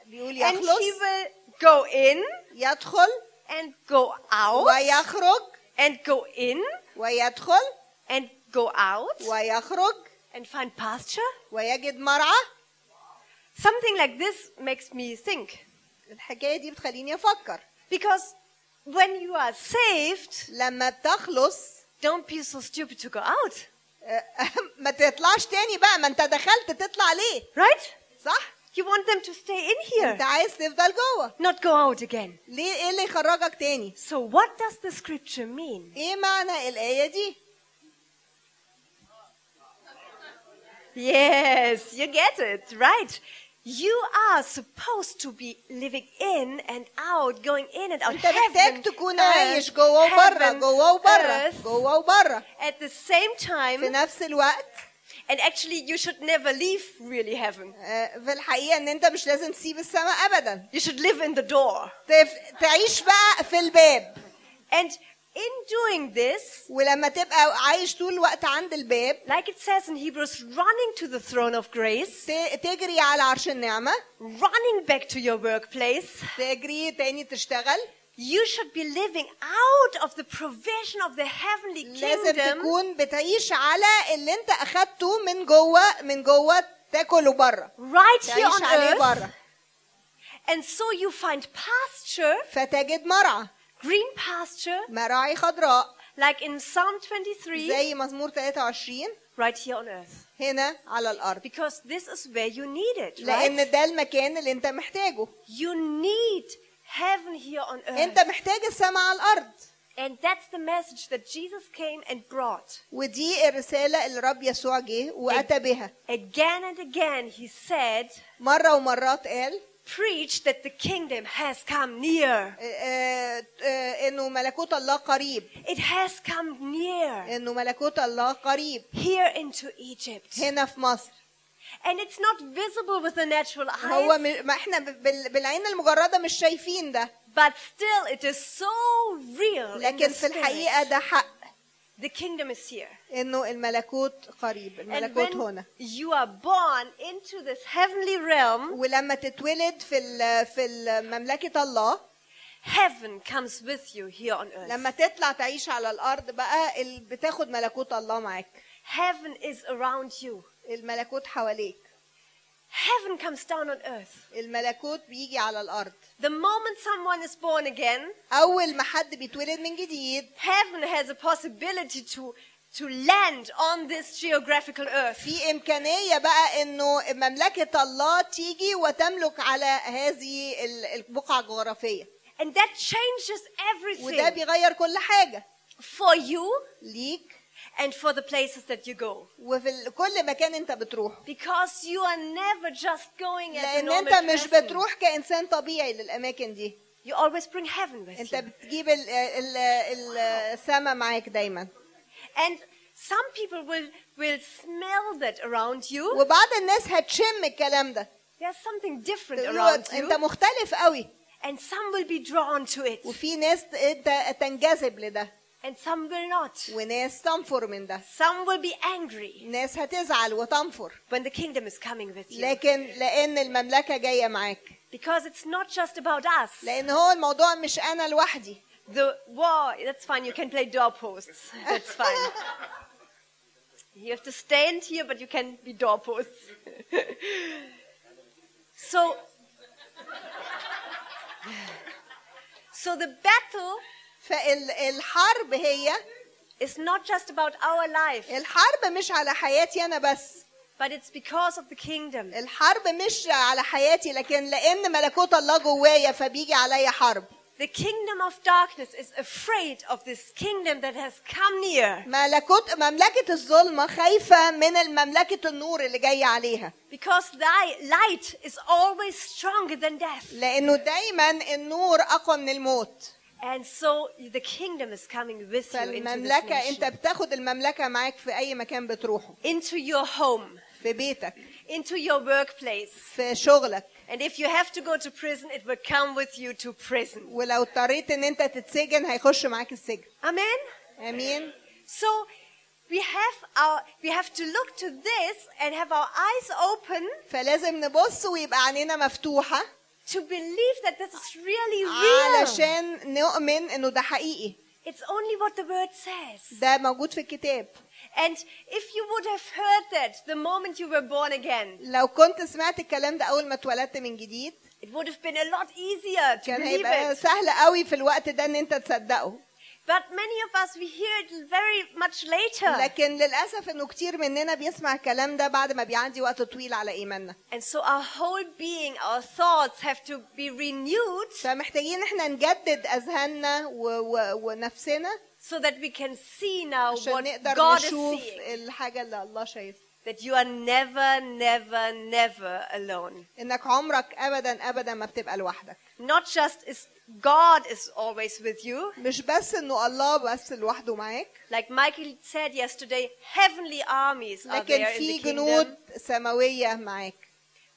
B: بيقول
A: and he
B: يخلص
A: will go in
B: يدخل
A: and go out
B: ويخرج
A: and go in
B: ويدخل
A: and go out
B: ويخرج
A: and find pasture.
B: ويجد مرعى
A: Something like this makes me think
B: الحكايه دي بتخليني افكر
A: because when you are saved,
B: لما بتخلص
A: don't be so stupid to go out,
B: ما تطلعش تاني بقى ما انت دخلت تطلع ليه
A: right?
B: صح
A: You want them to stay in here,
B: انت عايز تفضل جوه
A: not go out again.
B: ليه ايه اللي يخرجك تاني
A: So, what does the scripture mean?
B: ايه معنى الايه دي
A: Yes, you get it, right. You are supposed to be living in and out, going in and out.
B: انت محتاج
A: Heaven,
B: تكون
A: earth,
B: عايش جوه وبره
A: heaven,
B: جوه وبره
A: earth,
B: جوه وبره
A: At the same time,
B: في نفس الوقت
A: and actually, you should never leave really heaven.
B: آه، في الحقيقه ان انت مش لازم تسيب السماء ابدا
A: You should live in the door.
B: تف- تعيش بقى في الباب
A: And in doing this,
B: ولما تبقى عايش طول الوقت عند الباب
A: like it says in Hebrews, running to the throne of grace,
B: ت- تجري على عرش النعمه
A: running back to your workplace,
B: تجري تاني تشتغل
A: you should be living out of the provision of the heavenly
B: لازم
A: kingdom.
B: تكون بتعيش على اللي انت اخدته من جوه من جوه تاكله بره
A: right here
B: تعيش
A: on
B: عليه
A: earth,
B: بره
A: and so you find pasture,
B: فتجد مرعى
A: green pasture,
B: مراعي خضراء
A: like in Psalm 23,
B: زي مزمور 23
A: right here on earth.
B: هنا على الارض
A: Because this is where you need it,
B: لان
A: right?
B: ده المكان اللي انت محتاجه
A: You need heaven here on earth.
B: انت محتاج السماء على الارض
A: And that's the message that Jesus came and brought.
B: ودي الرساله اللي رب يسوع جه واتى بها
A: Again and again, he said,
B: مره ومرات قال
A: Preach that the kingdom has come near.
B: آه، آه، انه ملكوت الله قريب
A: It has come near.
B: انه ملكوت الله قريب
A: Here into Egypt.
B: هنا في مصر
A: And it's not visible with the natural
B: هو
A: eye,
B: م- ما احنا ب- بال- بالعين المجرده مش شايفين ده
A: but still it is so real. in the
B: لكن في الحقيقه
A: spirit.
B: ده حق
A: The kingdom is here.
B: انه الملكوت قريب
A: And
B: الملكوت
A: when
B: هنا
A: you are born into this heavenly realm,
B: ولما تتولد في ال- في ال- مملكه الله
A: heaven comes with you here on
B: لما
A: earth.
B: تطلع تعيش على الارض بقى ال- بتاخد ملكوت الله معاك
A: Heaven is around you.
B: الملكوت حواليك
A: Heaven comes down on earth.
B: الملكوت بيجي على الارض
A: The moment someone is born again,
B: اول ما حد بيتولد من جديد
A: heaven has a possibility to, to land on this geographical earth.
B: في امكانيه بقى انه مملكه الله تيجي وتملك على هذه ال- البقعه الجغرافيه
A: And that changes
B: وده
A: everything
B: بيغير كل حاجه
A: for you
B: ليك
A: and for the places that you go.
B: وفي ال- كل مكان انت بتروحه
A: Because you are never just going as a
B: لان
A: normal
B: انت مش
A: person.
B: بتروح كانسان طبيعي للاماكن دي
A: You always bring heaven with
B: انت
A: you.
B: بتجيب ال- ال- ال- السما معاك دايما
A: And some people will, will smell that around you.
B: وبعض الناس هتشم الكلام ده
A: There's something different
B: تقول له
A: around
B: انت
A: you.
B: مختلف قوي
A: And some will be drawn to it.
B: وفي ناس انت تنجذب لده
A: And some will not.
B: وناس تنفر من ده
A: Some will be angry.
B: ناس هتزعل وتنفر
A: when the kingdom is coming with you.
B: لكن لان المملكه جايه معاك
A: Because it's not just about us.
B: لان هو الموضوع مش انا لوحدي
A: The war, that's fine, you can play door posts. That's fine. you have to stand here, but you can be door posts. so, so the battle
B: فالحرب هي
A: is not just about our life,
B: الحرب مش على حياتي انا بس
A: but it's because of the kingdom.
B: الحرب مش على حياتي لكن لان ملكوت الله جوايا فبيجي عليا حرب
A: The kingdom of darkness is afraid of this kingdom that has come near
B: ملكوت مملكة الظلمة خايفة من المملكة النور اللي جاية عليها
A: because thy light is always stronger than death.
B: لأنه دايما النور أقوى من الموت
A: And so the kingdom is coming with you into, this
B: فالمملكة أنت
A: nation,
B: بتاخد المملكة معاك في أي مكان بتروحه
A: into your home,
B: في بيتك
A: into your workplace.
B: في شغلك
A: And if you have to go to prison, it will come with you to prison.
B: ولو اضطريت ان انت تتسجن هيخش معاك السجن
A: Amen?
B: امين
A: So we have, our, we have to look to this and have our eyes open
B: فلازم نبص ويبقى عينينا مفتوحة
A: to believe that this is really
B: Ah,
A: real.
B: علشان نؤمن انه ده حقيقي
A: It's only what the word says.
B: ده موجود في الكتاب
A: And if you would have heard that the moment you were born again,
B: لو كنت سمعت الكلام ده اول ما اتولدت من جديد
A: it would have been a lot easier to
B: كان
A: believe
B: هيبقى
A: it.
B: سهل قوي في الوقت ده ان انت تصدقه
A: But many of us, we hear it very much later.
B: لكن للاسف انه كتير مننا بيسمع الكلام ده بعد ما بيعدي وقت طويل على ايماننا
A: And so our whole being, our thoughts have to be renewed
B: فمحتاجين احنا نجدد اذهاننا و- و- ونفسنا
A: so that we can see now
B: عشان
A: what
B: نقدر
A: God is
B: نشوف
A: seeing.
B: الحاجه اللي الله شايفها
A: That you are never, never, never alone.
B: انك عمرك ابدا ابدا ما بتبقى لوحدك
A: Not just is God is always with you.
B: مش بس انه الله بس لوحده معاك
A: Like Michael said yesterday, heavenly armies Uh, are
B: لكن
A: there in
B: في
A: the kingdom,
B: جنود سماويه معاك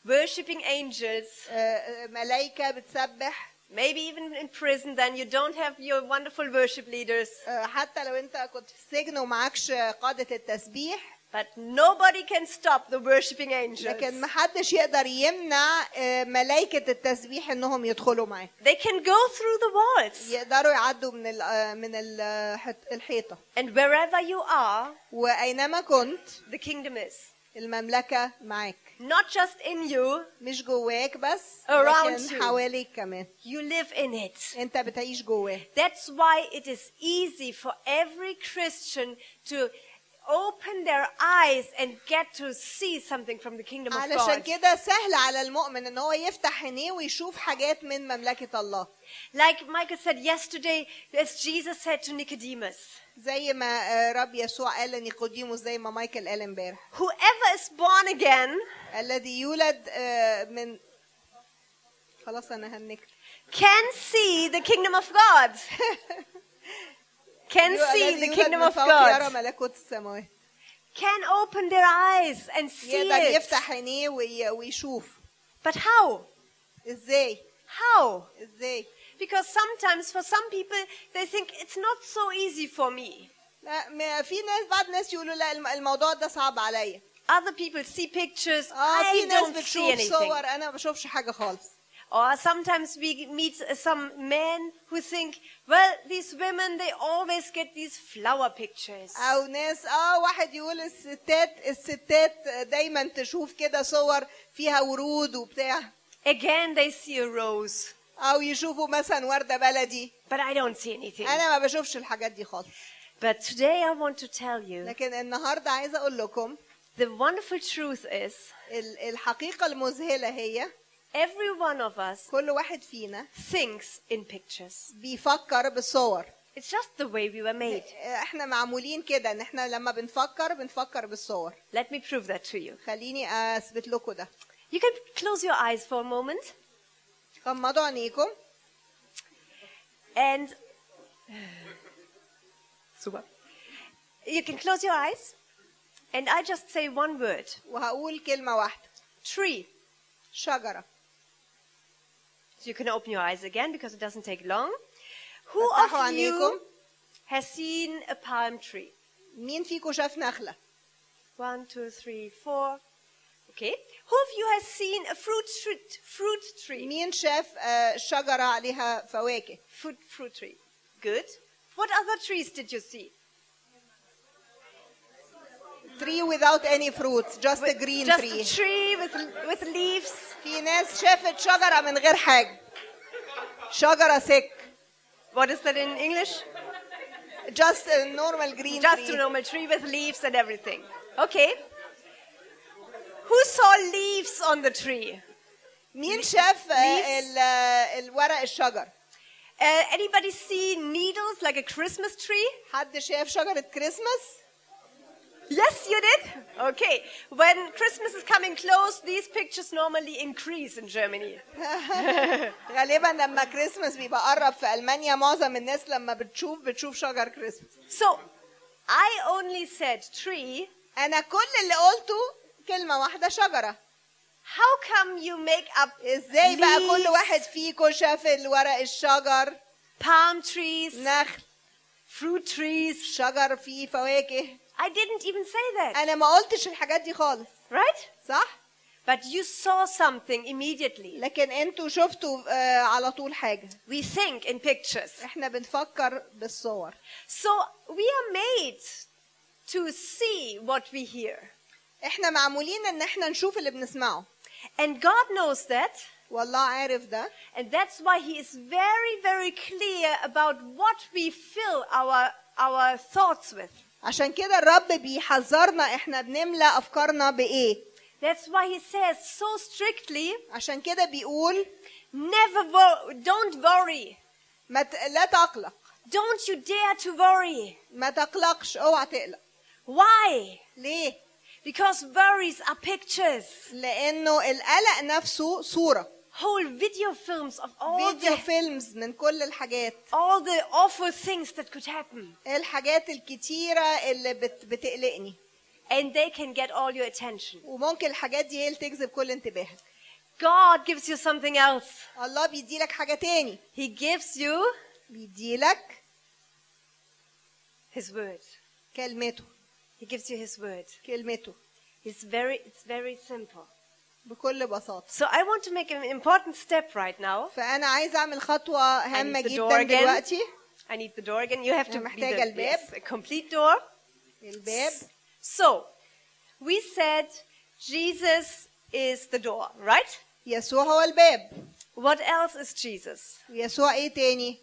A: worshipping angels,
B: آه، آه، ملايكه بتسبح
A: maybe even in prison, then you don't have your wonderful worship leaders.
B: آه، حتى لو انت كنت في السجن ومعكش قاده التسبيح
A: But nobody can stop the worshiping angels.
B: لكن محدش يقدر يمنع آه، ملائكة التسبيح انهم يدخلوا معاه
A: They can go through the walls.
B: يقدروا يعدوا من ال- آه، من ال- حت- الحيطة
A: And wherever you are,
B: واينما كنت
A: the kingdom is.
B: المملكة معاك
A: Not just in you,
B: مش جواك بس
A: Around
B: لكن
A: you.
B: حواليك كمان
A: you live in it.
B: انت بتعيش جواه
A: That's why it is easy for every Christian to open their eyes and get to see something from the kingdom of
B: علشان
A: God.
B: كده سهل على المؤمن ان هو يفتح عينيه ويشوف حاجات من مملكة الله
A: Like Michael said yesterday, as Jesus said to Nicodemus,
B: زي ما آه، رب يسوع قال لنيقوديموس زي ما مايكل قال امبارح
A: whoever is born again
B: الذي يولد آه، من خلاص انا هنكت
A: can see the kingdom of God. can see
B: الذي
A: the
B: يولد
A: kingdom
B: من
A: of
B: فوق
A: God.
B: يرى ملكوت السماوات
A: can open their eyes and see
B: يقدر
A: it.
B: يفتح عينيه وي- ويشوف
A: But how?
B: ازاي
A: How?
B: ازاي
A: Because sometimes for some people they think it's not so easy for me.
B: لا ما- في ناس بعض الناس يقولوا لا الم- الموضوع ده صعب عليا
A: Other people see pictures,
B: اه
A: I
B: في ناس
A: don't see
B: بتشوف
A: anything.
B: صور انا ما بشوفش حاجه خالص
A: Or sometimes we meet some men who think, well, these women they always get these flower pictures.
B: او ناس اه واحد يقول الستات الستات دايما تشوف كده صور فيها ورود وبتاع
A: Again they see a rose,
B: او يشوفوا مثلا ورده بلدي
A: but I don't see anything.
B: انا ما بشوفش الحاجات دي خالص
A: But today I want to tell you
B: لكن النهارده عايزه اقول لكم
A: the wonderful truth is
B: ال- الحقيقه المذهله هي
A: every one of us
B: كل واحد فينا
A: thinks in pictures.
B: بيفكر بالصور
A: It's just the way we were made.
B: احنا معمولين كده ان احنا لما بنفكر بنفكر بالصور
A: Let me prove that to you.
B: خليني اثبت لكم ده
A: You can close your eyes for a moment
B: غمضوا عينيكم
A: and. Super. You can close your eyes and I just say one word
B: وهقول كلمه واحده
A: tree.
B: شجره
A: So you can open your eyes again because it doesn't take long. Who
B: فتحوا
A: of you
B: عينيكم
A: has seen a palm tree?
B: مين فيكم شاف نخله
A: One, two, three, four. Okay. Who of you has seen a fruit tree? Fruit tree.
B: مين شاف آه، شجرة عليها فواكه
A: Fruit, fruit tree. Good. What other trees did you see?
B: tree without any fruits just a green
A: Just
B: tree
A: a tree with with leaves.
B: في ناس شافت شجرة من غير حاجة شجرة سك
A: What is that in English?
B: just a normal green
A: Just
B: tree
A: a normal tree with leaves and everything. Okay. Who saw leaves on the tree?
B: مين شاف آه،
A: leaves.
B: ال- آه، الورق الشجر
A: Uh, anybody see needles like a Christmas tree?
B: حد شاف شجرة كريسماس
A: Yes, you did? Okay. When Christmas is coming close, these pictures normally increase in Germany.
B: غالبا لما كريسماس بيبقى قرب في المانيا معظم الناس لما بتشوف بتشوف شجر كريسماس
A: So I only said tree.
B: انا كل اللي قلته كلمه واحده شجره
A: How come you make up
B: ازاي بقى كل
A: leaves,
B: واحد فيكم شاف الورق الشجر
A: palm trees,
B: نخل
A: fruit trees?
B: شجر فيه فواكه
A: I didn't even say that,
B: انا ما قلتش الحاجات دي خالص
A: right?
B: صح
A: But you saw something immediately.
B: لكن انتوا شفتوا آه، على طول حاجه
A: We think in pictures.
B: احنا بنفكر بالصور
A: So we are made to see what we hear.
B: احنا معمولين ان احنا نشوف اللي بنسمعه
A: And God knows that.
B: والله عارف ده
A: And that's why he is very, very clear about what we fill our, our thoughts with.
B: عشان كده الرب بيحذرنا احنا بنملى افكارنا بايه
A: That's why he says so strictly,
B: عشان كده بيقول
A: never wor- don't worry.
B: ما ت... لا تقلق
A: Don't you dare to worry.
B: ما تقلقش اوعى تقلق
A: Why?
B: ليه
A: Because worries are pictures.
B: لانه القلق نفسه صوره
A: Whole video films of all
B: فيديو
A: the,
B: فيلمز من كل الحاجات
A: all the awful things that could happen.
B: الحاجات الكتيره اللي بت... بتقلقني
A: And they can get all your attention.
B: وممكن الحاجات دي هي اللي تجذب كل انتباهك
A: God gives you something else.
B: الله بيديلك حاجه تاني
A: He gives you
B: بيديلك
A: his word.
B: كلمته
A: He gives you his word.
B: كلمته
A: It's very, it's very simple.
B: بكل بساطه
A: So I want to make an important step right now.
B: فانا عايزه اعمل خطوه هامه
A: the door
B: جدا
A: again.
B: دلوقتي
A: I need the door again. You have to
B: أنا
A: be
B: محتاجة
A: the,
B: الباب.
A: yes, a complete door.
B: الباب
A: So we said Jesus is the door, right?
B: يسوع هو الباب
A: What else is Jesus?
B: يسوع ايه تاني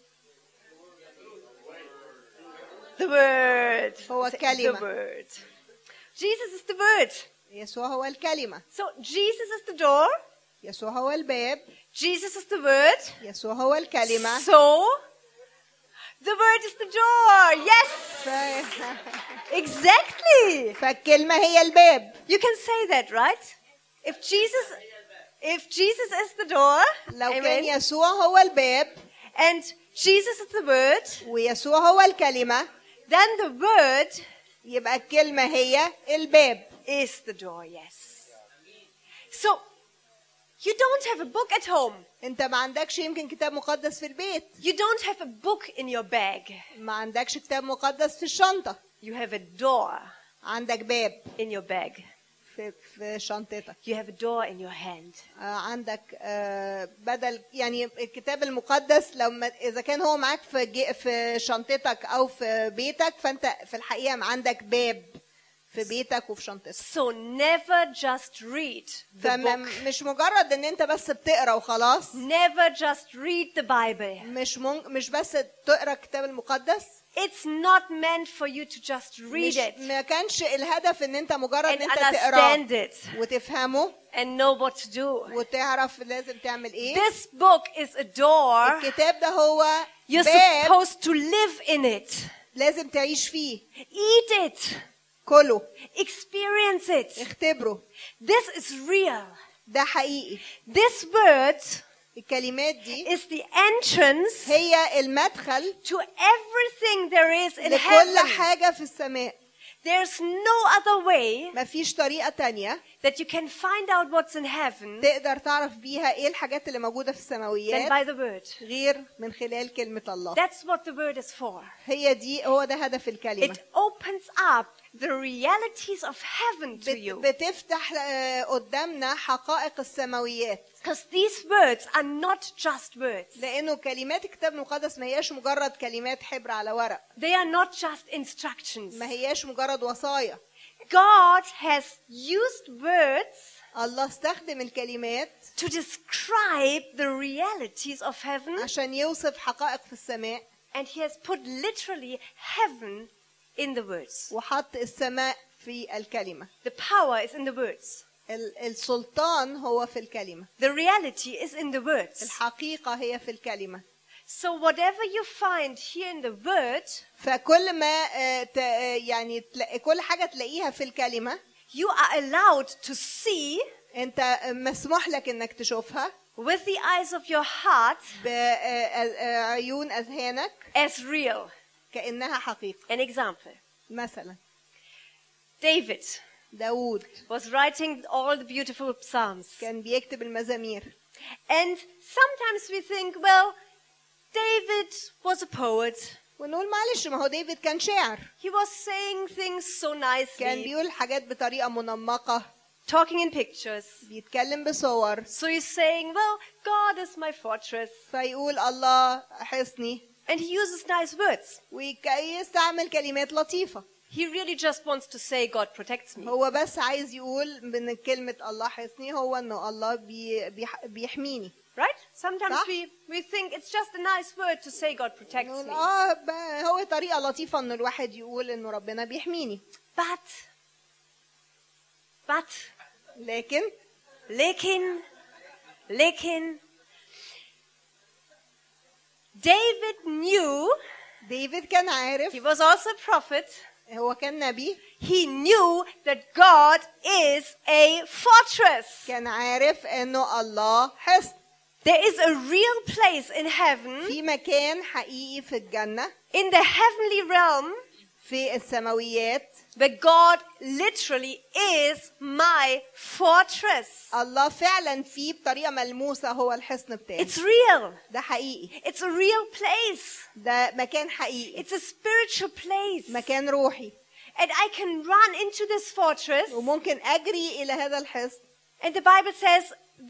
A: The word.
B: هو
A: Say,
B: الكلمة.
A: The word. Jesus is the word.
B: يسوع هو الكلمه
A: So Jesus is the door.
B: يسوع هو الباب
A: Jesus is the word.
B: يسوع هو الكلمة
A: So the word is the door. Yes,
B: ف-
A: exactly.
B: فالكلمة هي الباب
A: You can say that, right? If Jesus, if Jesus is the door,
B: لو
A: amen,
B: كان يسوع هو الباب
A: and Jesus is the word,
B: ويسوع هو الكلمة
A: then the word
B: يبقى الكلمة هي الباب
A: is the door. Yes. So you don't have a book at home.
B: انت ما عندكش يمكن كتاب مقدس في البيت
A: You don't have a book in your bag.
B: ما عندكش كتاب مقدس في الشنطة
A: You have a door
B: عندك باب
A: in your bag.
B: في, في شنطتك
A: You have a door in your hand.
B: آه، عندك آه، بدل يعني الكتاب المقدس لما اذا كان هو معاك في جي- في شنطتك او في بيتك فانت في الحقيقه عندك باب في بيتك وفي شنطتك
A: So never just read the
B: فما
A: book.
B: مش مجرد ان انت بس بتقرا وخلاص
A: Never just read the Bible.
B: مش من... مش بس تقرا الكتاب المقدس
A: It's not meant for you to just read
B: مش...
A: it
B: ما كانش الهدف ان انت مجرد
A: and
B: ان انت تقراه
A: understand it
B: وتفهمه
A: and know what to do.
B: وتعرف لازم تعمل ايه
A: This book is a door.
B: الكتاب ده هو
A: You're
B: باب
A: supposed to live in it,
B: لازم تعيش فيه
A: eat it,
B: كله
A: experience it.
B: اختبره
A: This is real.
B: ده حقيقي
A: This word
B: الكلمات دي
A: is the entrance
B: هي المدخل
A: to everything there is in
B: لكل
A: heaven.
B: حاجة في السماء
A: There's no other way
B: مفيش طريقة تانية
A: that you can find out what's in heaven
B: تقدر تعرف بيها ايه الحاجات اللي موجوده في
A: than by
B: السماويات
A: the word.
B: غير من خلال كلمه الله
A: That's what the word is for.
B: هي دي هو ده هدف الكلمه
A: It opens up the realities of heaven to
B: بت-
A: you.
B: بتفتح آه، قدامنا حقائق السماويات
A: Because these words are not just words.
B: لانه كلمات الكتاب المقدس ما هياش مجرد كلمات حبر على ورق
A: They are not just instructions.
B: ما هياش مجرد وصايا
A: God has used words
B: الله استخدم الكلمات
A: to describe the realities of heaven
B: عشان يوصف حقائق في السماء
A: and he has put literally heaven in the words.
B: وحط السماء في الكلمه
A: The power is in the words.
B: ال- السلطان هو في الكلمه
A: The reality is in the words.
B: الحقيقه هي في الكلمه
A: So whatever you find here in the word,
B: فكل ما آه، ت- آه، يعني تلاقي- كل حاجه تلاقيها في الكلمه
A: you are allowed to see
B: انت مسموح لك انك تشوفها آه،
A: with the eyes of your heart
B: بعيون اذهانك
A: as real.
B: كانها حقيقه
A: An example.
B: مثلا
A: David
B: داوود
A: was writing all the beautiful psalms.
B: كان بيكتب المزامير
A: And sometimes we think, well, David was a poet.
B: ونقول معلش ما هو ديفيد كان شاعر
A: He was saying things so
B: كان
A: nicely,
B: بيقول حاجات بطريقه منمقه
A: talking in pictures.
B: بيتكلم بصور
A: So he's saying, well, God is my fortress.
B: فيقول الله حصني
A: And he uses nice words.
B: ويستعمل كلمات لطيفه
A: He really just wants to say, God protects me.
B: هو بس عايز يقول من كلمه الله حصني هو انه الله بي بيح- بيحميني
A: Right? Sometimes
B: Sah.
A: we, we think it's just a nice word to say, God protects
B: نقول
A: me.
B: اه ب- هو طريقه لطيفه ان الواحد يقول انه ربنا بيحميني
A: But, but,
B: لكن
A: lekin, lekin. David knew
B: ديفيد كان عارف
A: He was also a prophet.
B: هو كان نبي
A: He knew that God is a fortress.
B: كان عارف انه الله حصن
A: There is a real place in heaven,
B: في مكان حقيقي في الجنه
A: in the heavenly realm,
B: في السماويات
A: where God literally is my fortress.
B: الله فعلا فيه بطريقه ملموسه هو الحصن بتاعي
A: It's real.
B: ده حقيقي
A: It's a real place.
B: ده مكان حقيقي
A: It's a spiritual place.
B: مكان روحي
A: And I can run into this fortress.
B: وممكن اجري الى هذا الحصن
A: And the Bible says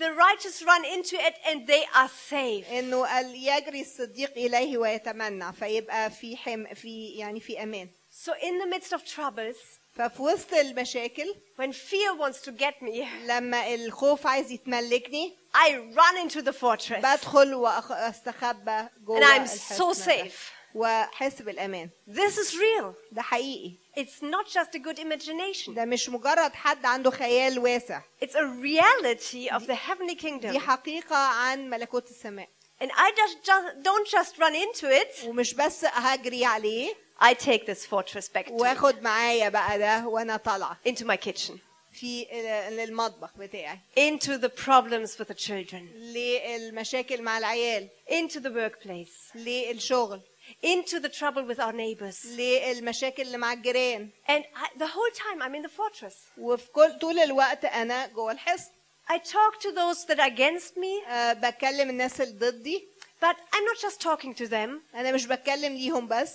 A: the righteous run into it and they are safe.
B: انه ال- يجري الصديق اليه ويتمنى فيبقى في حم في يعني في امان
A: So, in the midst of troubles,
B: ففي وسط المشاكل
A: when fear wants to get me,
B: لما الخوف عايز يتملكني
A: I run into the fortress.
B: بدخل واستخبى جوه
A: And I'm
B: الحصن
A: so
B: ده.
A: safe.
B: واحس بالامان
A: This is real.
B: ده حقيقي
A: It's not just a good imagination.
B: ده مش مجرد حد عنده خيال واسع
A: It's a reality of the heavenly
B: دي
A: kingdom.
B: حقيقة عن ملكوت السماء
A: And I just, just don't just run into it.
B: ومش بس هجري عليه
A: I take this fortress back to,
B: واخد معايا بقى ده وانا طالعة
A: into my kitchen,
B: في للمطبخ بتاعي
A: into the problems with the children,
B: للمشاكل مع العيال
A: into the workplace,
B: للشغل
A: into the trouble with our neighbors.
B: للمشاكل اللي مع الجيران
A: And I, the whole time I'm in the fortress.
B: وفي كل طول الوقت انا جوه الحصن
A: I talk to those that are against me,
B: أه بتكلم الناس اللي ضدي
A: but I'm not just talking to them.
B: انا مش بتكلم ليهم بس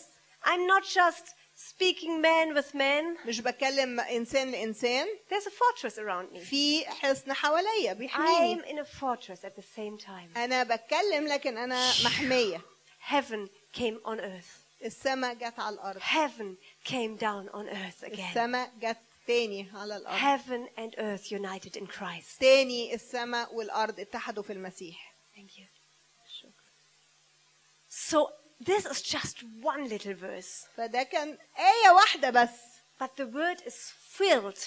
A: I'm not just speaking man with man.
B: مش بتكلم انسان لانسان
A: There's a fortress around me.
B: في حصن حواليا بيحميني
A: I'm in a fortress at the same time.
B: انا بتكلم لكن انا محميه
A: Heaven came on earth.
B: السماء جت على الارض
A: Heaven came down on earth again.
B: السماء جت تاني على الارض
A: Heaven and earth united in Christ.
B: تاني السماء والارض اتحدوا في المسيح
A: Thank you. So this is just one little verse,
B: فده كان ايه واحده بس
A: but the word is filled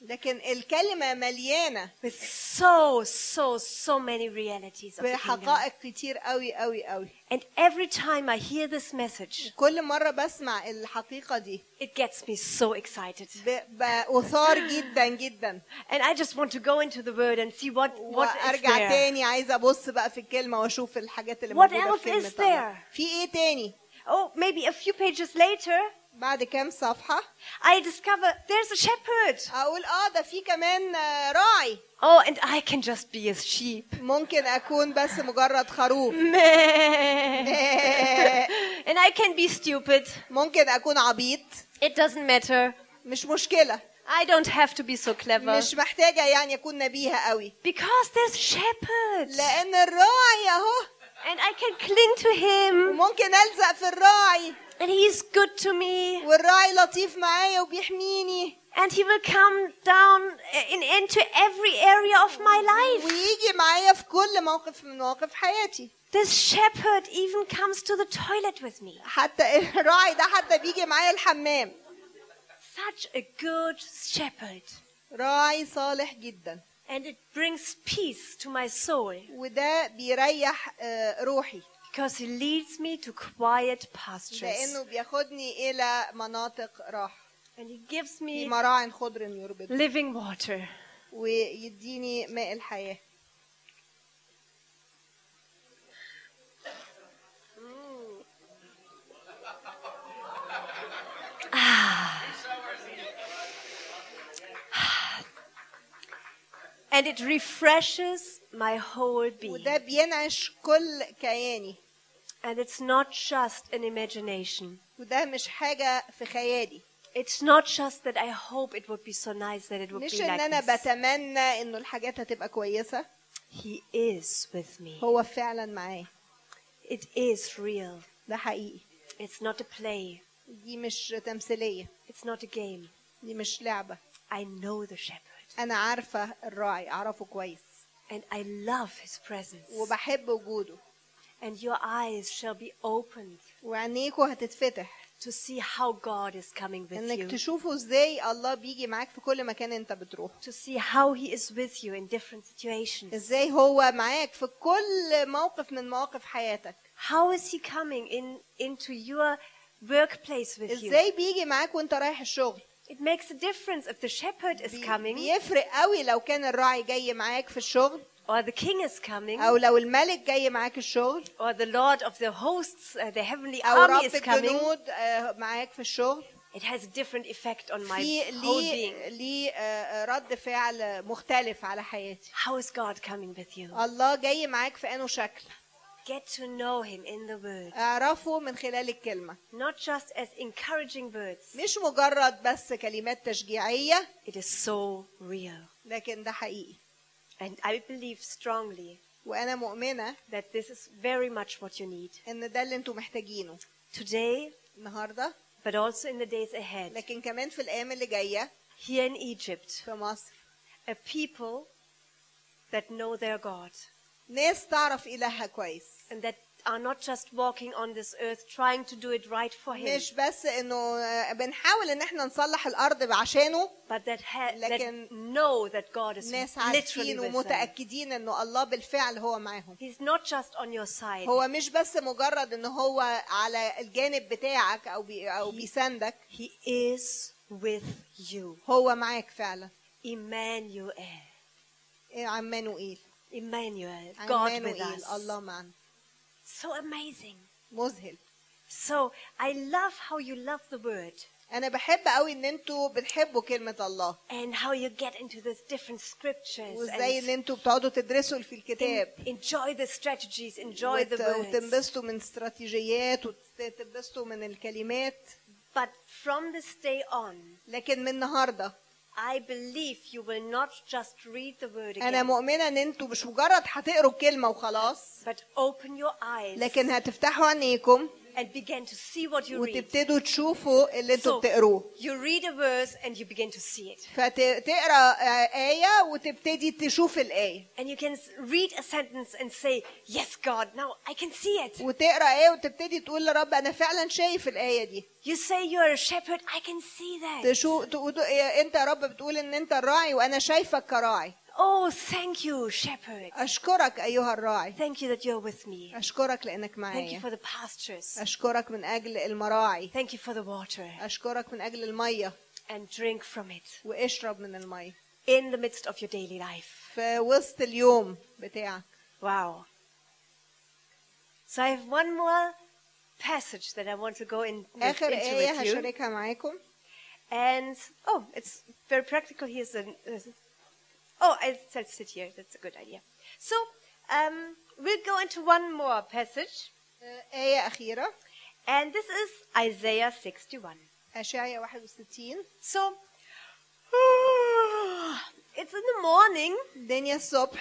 B: لكن الكلمه مليانه
A: with so, so, so many realities of the kingdom.
B: بحقائق كتير قوي قوي قوي
A: And every time I hear this message,
B: كل مره بسمع الحقيقه دي
A: it gets me so excited.
B: ب- بأثار جدا جدا
A: And I just want to go into the word and see what, what is
B: وارجع
A: there.
B: تاني عايزه ابص بقى في الكلمه واشوف الحاجات اللي
A: What
B: موجوده
A: else
B: في كلمه
A: is
B: الله.
A: there?
B: في ايه تاني
A: Oh, maybe a few pages later,
B: بعد كام صفحة
A: I discover there's a shepherd.
B: أقول آه ده في كمان آه، راعي
A: Oh, and I can just be a sheep.
B: ممكن أكون بس مجرد خروف
A: Meh. and I can be stupid.
B: ممكن أكون عبيط
A: It doesn't matter.
B: مش مشكلة
A: I don't have to be so clever.
B: مش محتاجة يعني أكون نبيهة قوي
A: Because there's shepherds.
B: لأن الراعي أهو
A: And I can cling to him.
B: ممكن ألزق في الراعي
A: And he's good to me.
B: والراعي لطيف معايا وبيحميني
A: And he will come down eh, in, into every area of my life.
B: ويجي معايا في كل موقف من مواقف حياتي
A: This shepherd even comes to the toilet with me.
B: حتى الراعي ده حتى بيجي معايا الحمام
A: Such a good shepherd.
B: راعي صالح جدا
A: And it brings peace to my soul
B: وده بيريح آه، روحي
A: because he leads me to quiet pastures.
B: لانه بياخدني الى مناطق راحه
A: And he gives
B: في
A: me
B: مراعي خضر يربط
A: living water.
B: ويديني ماء الحياه
A: And it refreshes my whole being.
B: وده بينعش كل كياني
A: And it's not just an imagination.
B: وده مش حاجه في خيالي
A: It's not just that I hope it would be so nice that it would
B: مش
A: be
B: ان انا
A: like this.
B: بتمنى انه الحاجات هتبقى كويسه
A: He is with me.
B: هو فعلا معايا
A: It is real.
B: ده حقيقي
A: It's not a play.
B: دي مش تمثيليه
A: It's not a game.
B: دي مش لعبه
A: I know the shepherd.
B: انا عارفه الراعي اعرفه كويس
A: And I love his presence.
B: وبحب وجوده
A: And your eyes shall be opened
B: وعينيكوا هتتفتح
A: to see how God is coming with
B: انك
A: you,
B: تشوفوا ازاي الله بيجي معاك في كل مكان انت بتروح
A: to see how He is with you in different situations.
B: ازاي هو معاك في كل موقف من مواقف حياتك
A: How is He coming in into your workplace with you?
B: ازاي بيجي معاك وانت رايح الشغل
A: It makes a difference if the shepherd is
B: بي-
A: coming
B: بيفرق قوي لو كان الراعي جاي معاك في الشغل
A: or the king is coming
B: او لو الملك جاي معاك الشغل
A: or the Lord of the hosts, uh, the heavenly
B: او
A: army
B: رب
A: is coming.
B: الجنود آه، معاك في الشغل
A: It has a different effect on my
B: في
A: whole
B: ليه
A: being.
B: ليه آه، رد فعل مختلف على حياتي
A: How is God coming with you?
B: الله جاي معاك في انه شكل
A: Get to know Him in the Word,
B: اعرفه من خلال الكلمه
A: not just as encouraging words.
B: مش مجرد بس كلمات تشجيعيه
A: It is so real.
B: لكن ده حقيقي
A: And I believe strongly
B: وانا مؤمنه
A: that this is very much what you need
B: ان ده اللي انتوا محتاجينه
A: today,
B: النهارده
A: but also in the days ahead.
B: لكن كمان في الايام اللي جايه
A: Here in Egypt,
B: في مصر
A: a people that know their God
B: ناس تعرف الهها كويس
A: and that are not just walking on this earth trying to do it right for Him,
B: مش بس انه آه، بنحاول ان احنا نصلح الارض عشانه
A: but that, ha- that
B: لكن
A: know that God is literally
B: ناس
A: يعني.
B: عارفين
A: with them.
B: ومتاكدين انه الله بالفعل هو معاهم
A: He's not just on your side.
B: هو مش بس مجرد ان هو على الجانب بتاعك او بي او بيساندك
A: He is with you.
B: هو معاك فعلا
A: Emmanuel.
B: إيه عن مانوئيل
A: Emmanuel.
B: عن
A: God with
B: مانوئيل
A: us.
B: الله معنا
A: So amazing.
B: مذهل
A: So I love how you love the word
B: انا بحب قوي ان انتوا بتحبوا كلمه الله
A: and how you get into these different scriptures
B: وازاي ان
A: and
B: انتوا بتقعدوا تدرسوا في الكتاب
A: en- enjoy the strategies, enjoy the
B: وت-
A: words.
B: وتنبسطوا من استراتيجيات وتنبسطوا من الكلمات
A: But from this day on,
B: لكن من النهارده
A: I believe you will not just read the word
B: انا
A: again,
B: مؤمنه ان انتوا مش مجرد هتقروا الكلمه وخلاص
A: but open your eyes
B: لكن هتفتحوا عينيكم
A: and begin to see what you read.
B: وتبتدوا تشوفوا اللي انتوا
A: So,
B: بتقروه
A: you read a verse and you begin to see it.
B: فتقرا آية وتبتدي تشوف الآية
A: And you can s- read a sentence and say, Yes, God, now I can see it.
B: وتقرا آية وتبتدي تقول يا رب أنا فعلا شايف الآية دي
A: You say you're a shepherd, I can see that.
B: تشو تقول يا- أنت يا رب بتقول إن أنت الراعي وأنا شايفك كراعي
A: Oh, thank you, shepherd.
B: أشكرك أيها الراعي
A: Thank you that you're with me.
B: أشكرك لأنك
A: Thank you
B: معايا
A: for the pastures.
B: أشكرك من أجل المراعي
A: Thank you for the water.
B: أشكرك من أجل المية
A: And drink from it
B: واشرب من المية
A: in the midst of your daily life.
B: في وسط اليوم بتاعك
A: Wow. So I have one more passage that I want to go in, with,
B: آخر
A: into
B: آية
A: with you.
B: هشاركها معاكم
A: And oh, it's very practical. Here's an. there's a- oh, I said sit here. That's a good idea. So um, we'll go into one more passage,
B: آه، آية أخيرة
A: and this is Isaiah 61.
B: أشعيا 61
A: So it's in the morning,
B: الدنيا الصبح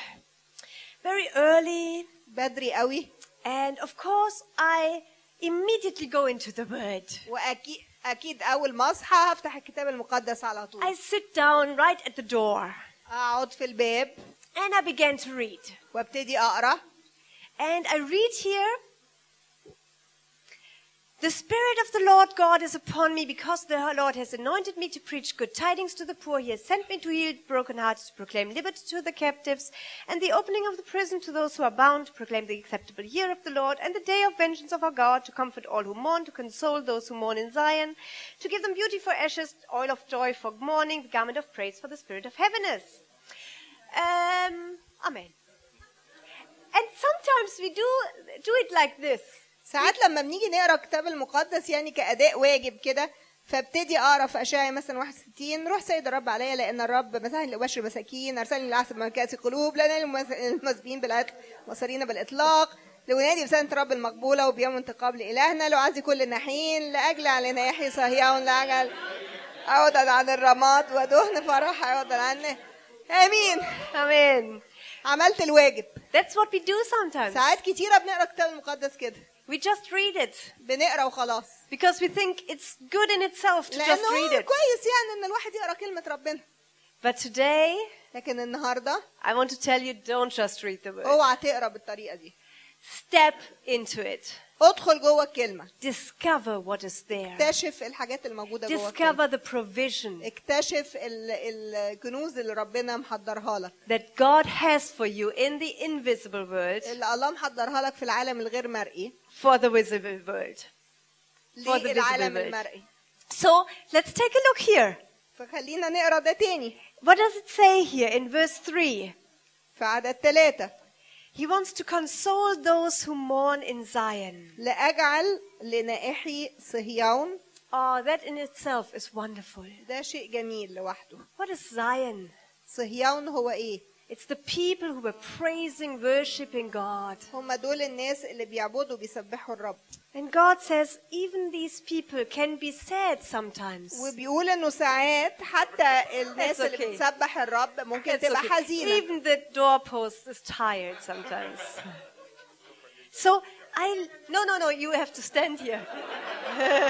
A: very early,
B: بدري قوي
A: and of course I immediately go into the Word.
B: وأكيد أكيد أول ما أصحى هفتح الكتاب المقدس على
A: I
B: طول
A: sit down right at the door,
B: أقعد في الباب
A: and I began to read.
B: وابتدي أقرأ
A: And I read here The Spirit of the Lord God is upon me because the Lord has anointed me to preach good tidings to the poor. He has sent me to heal the brokenhearted, to proclaim liberty to the captives, and the opening of the prison to those who are bound, to proclaim the acceptable year of the Lord and the day of vengeance of our God, to comfort all who mourn, to console those who mourn in Zion, to give them beauty for ashes, oil of joy for mourning, the garment of praise for the spirit of heaviness. Um, amen. And sometimes we do do it like this.
B: ساعات لما بنيجي نقرا الكتاب المقدس يعني كاداء واجب كده فابتدي اقرا في اشعيا مثلا 61 روح سيد الرب عليا لان الرب مسحني لابشر المساكين ارسلني لاحسب مكائس القلوب لان المذنبين بالعتق مصرين بالاطلاق لأنادي بسنة رب المقبولة وبيوم انتقام لإلهنا لأعزي كل الناحين لأجل علينا يحيي صهيون لأجل أعدد عن الرماد ودهن فرح أعدد عنه آمين
A: Amen.
B: عملت الواجب
A: That's what we do sometimes.
B: ساعات كتيرة بنقرا الكتاب المقدس كده
A: We just read it
B: بنقرا وخلاص
A: because we think it's good in itself to just
B: لانه
A: read
B: آه
A: it.
B: كويس يعني ان الواحد يقرا كلمه ربنا
A: But today,
B: لكن النهارده
A: I want to tell you don't just read the word.
B: اوعى تقرا بالطريقه دي
A: Step into it.
B: ادخل جوه الكلمه
A: Discover what is there.
B: اكتشف الحاجات الموجوده جوه الكلمه
A: Discover the provision
B: اكتشف ال- الكنوز اللي ربنا محضرها لك
A: that God has for you in the invisible world
B: اللي الله محضرها لك في العالم الغير مرئي
A: for the visible world. For the
B: للعالم
A: visible world.
B: المرئي
A: So let's take a look here.
B: فخلينا نقرا ده تاني
A: What does it say here in verse 3?
B: في عدد ثلاثة
A: He wants to console those who mourn in Zion.
B: لأجعل لنائحي صهيون
A: Oh, that in itself is wonderful.
B: ده شيء جميل لوحده
A: What is Zion?
B: صهيون هو ايه؟
A: It's the people who were praising, worshiping God.
B: هم دول الناس اللي بيعبدوا بيسبحوا الرب
A: And God says, even these people can be sad sometimes.
B: وبيقول انه ساعات حتى الناس
A: That's
B: اللي
A: okay.
B: بتسبح الرب ممكن
A: That's
B: تبقى
A: okay.
B: حزينه
A: Even the doorpost is tired sometimes. so I no no no you have to stand here.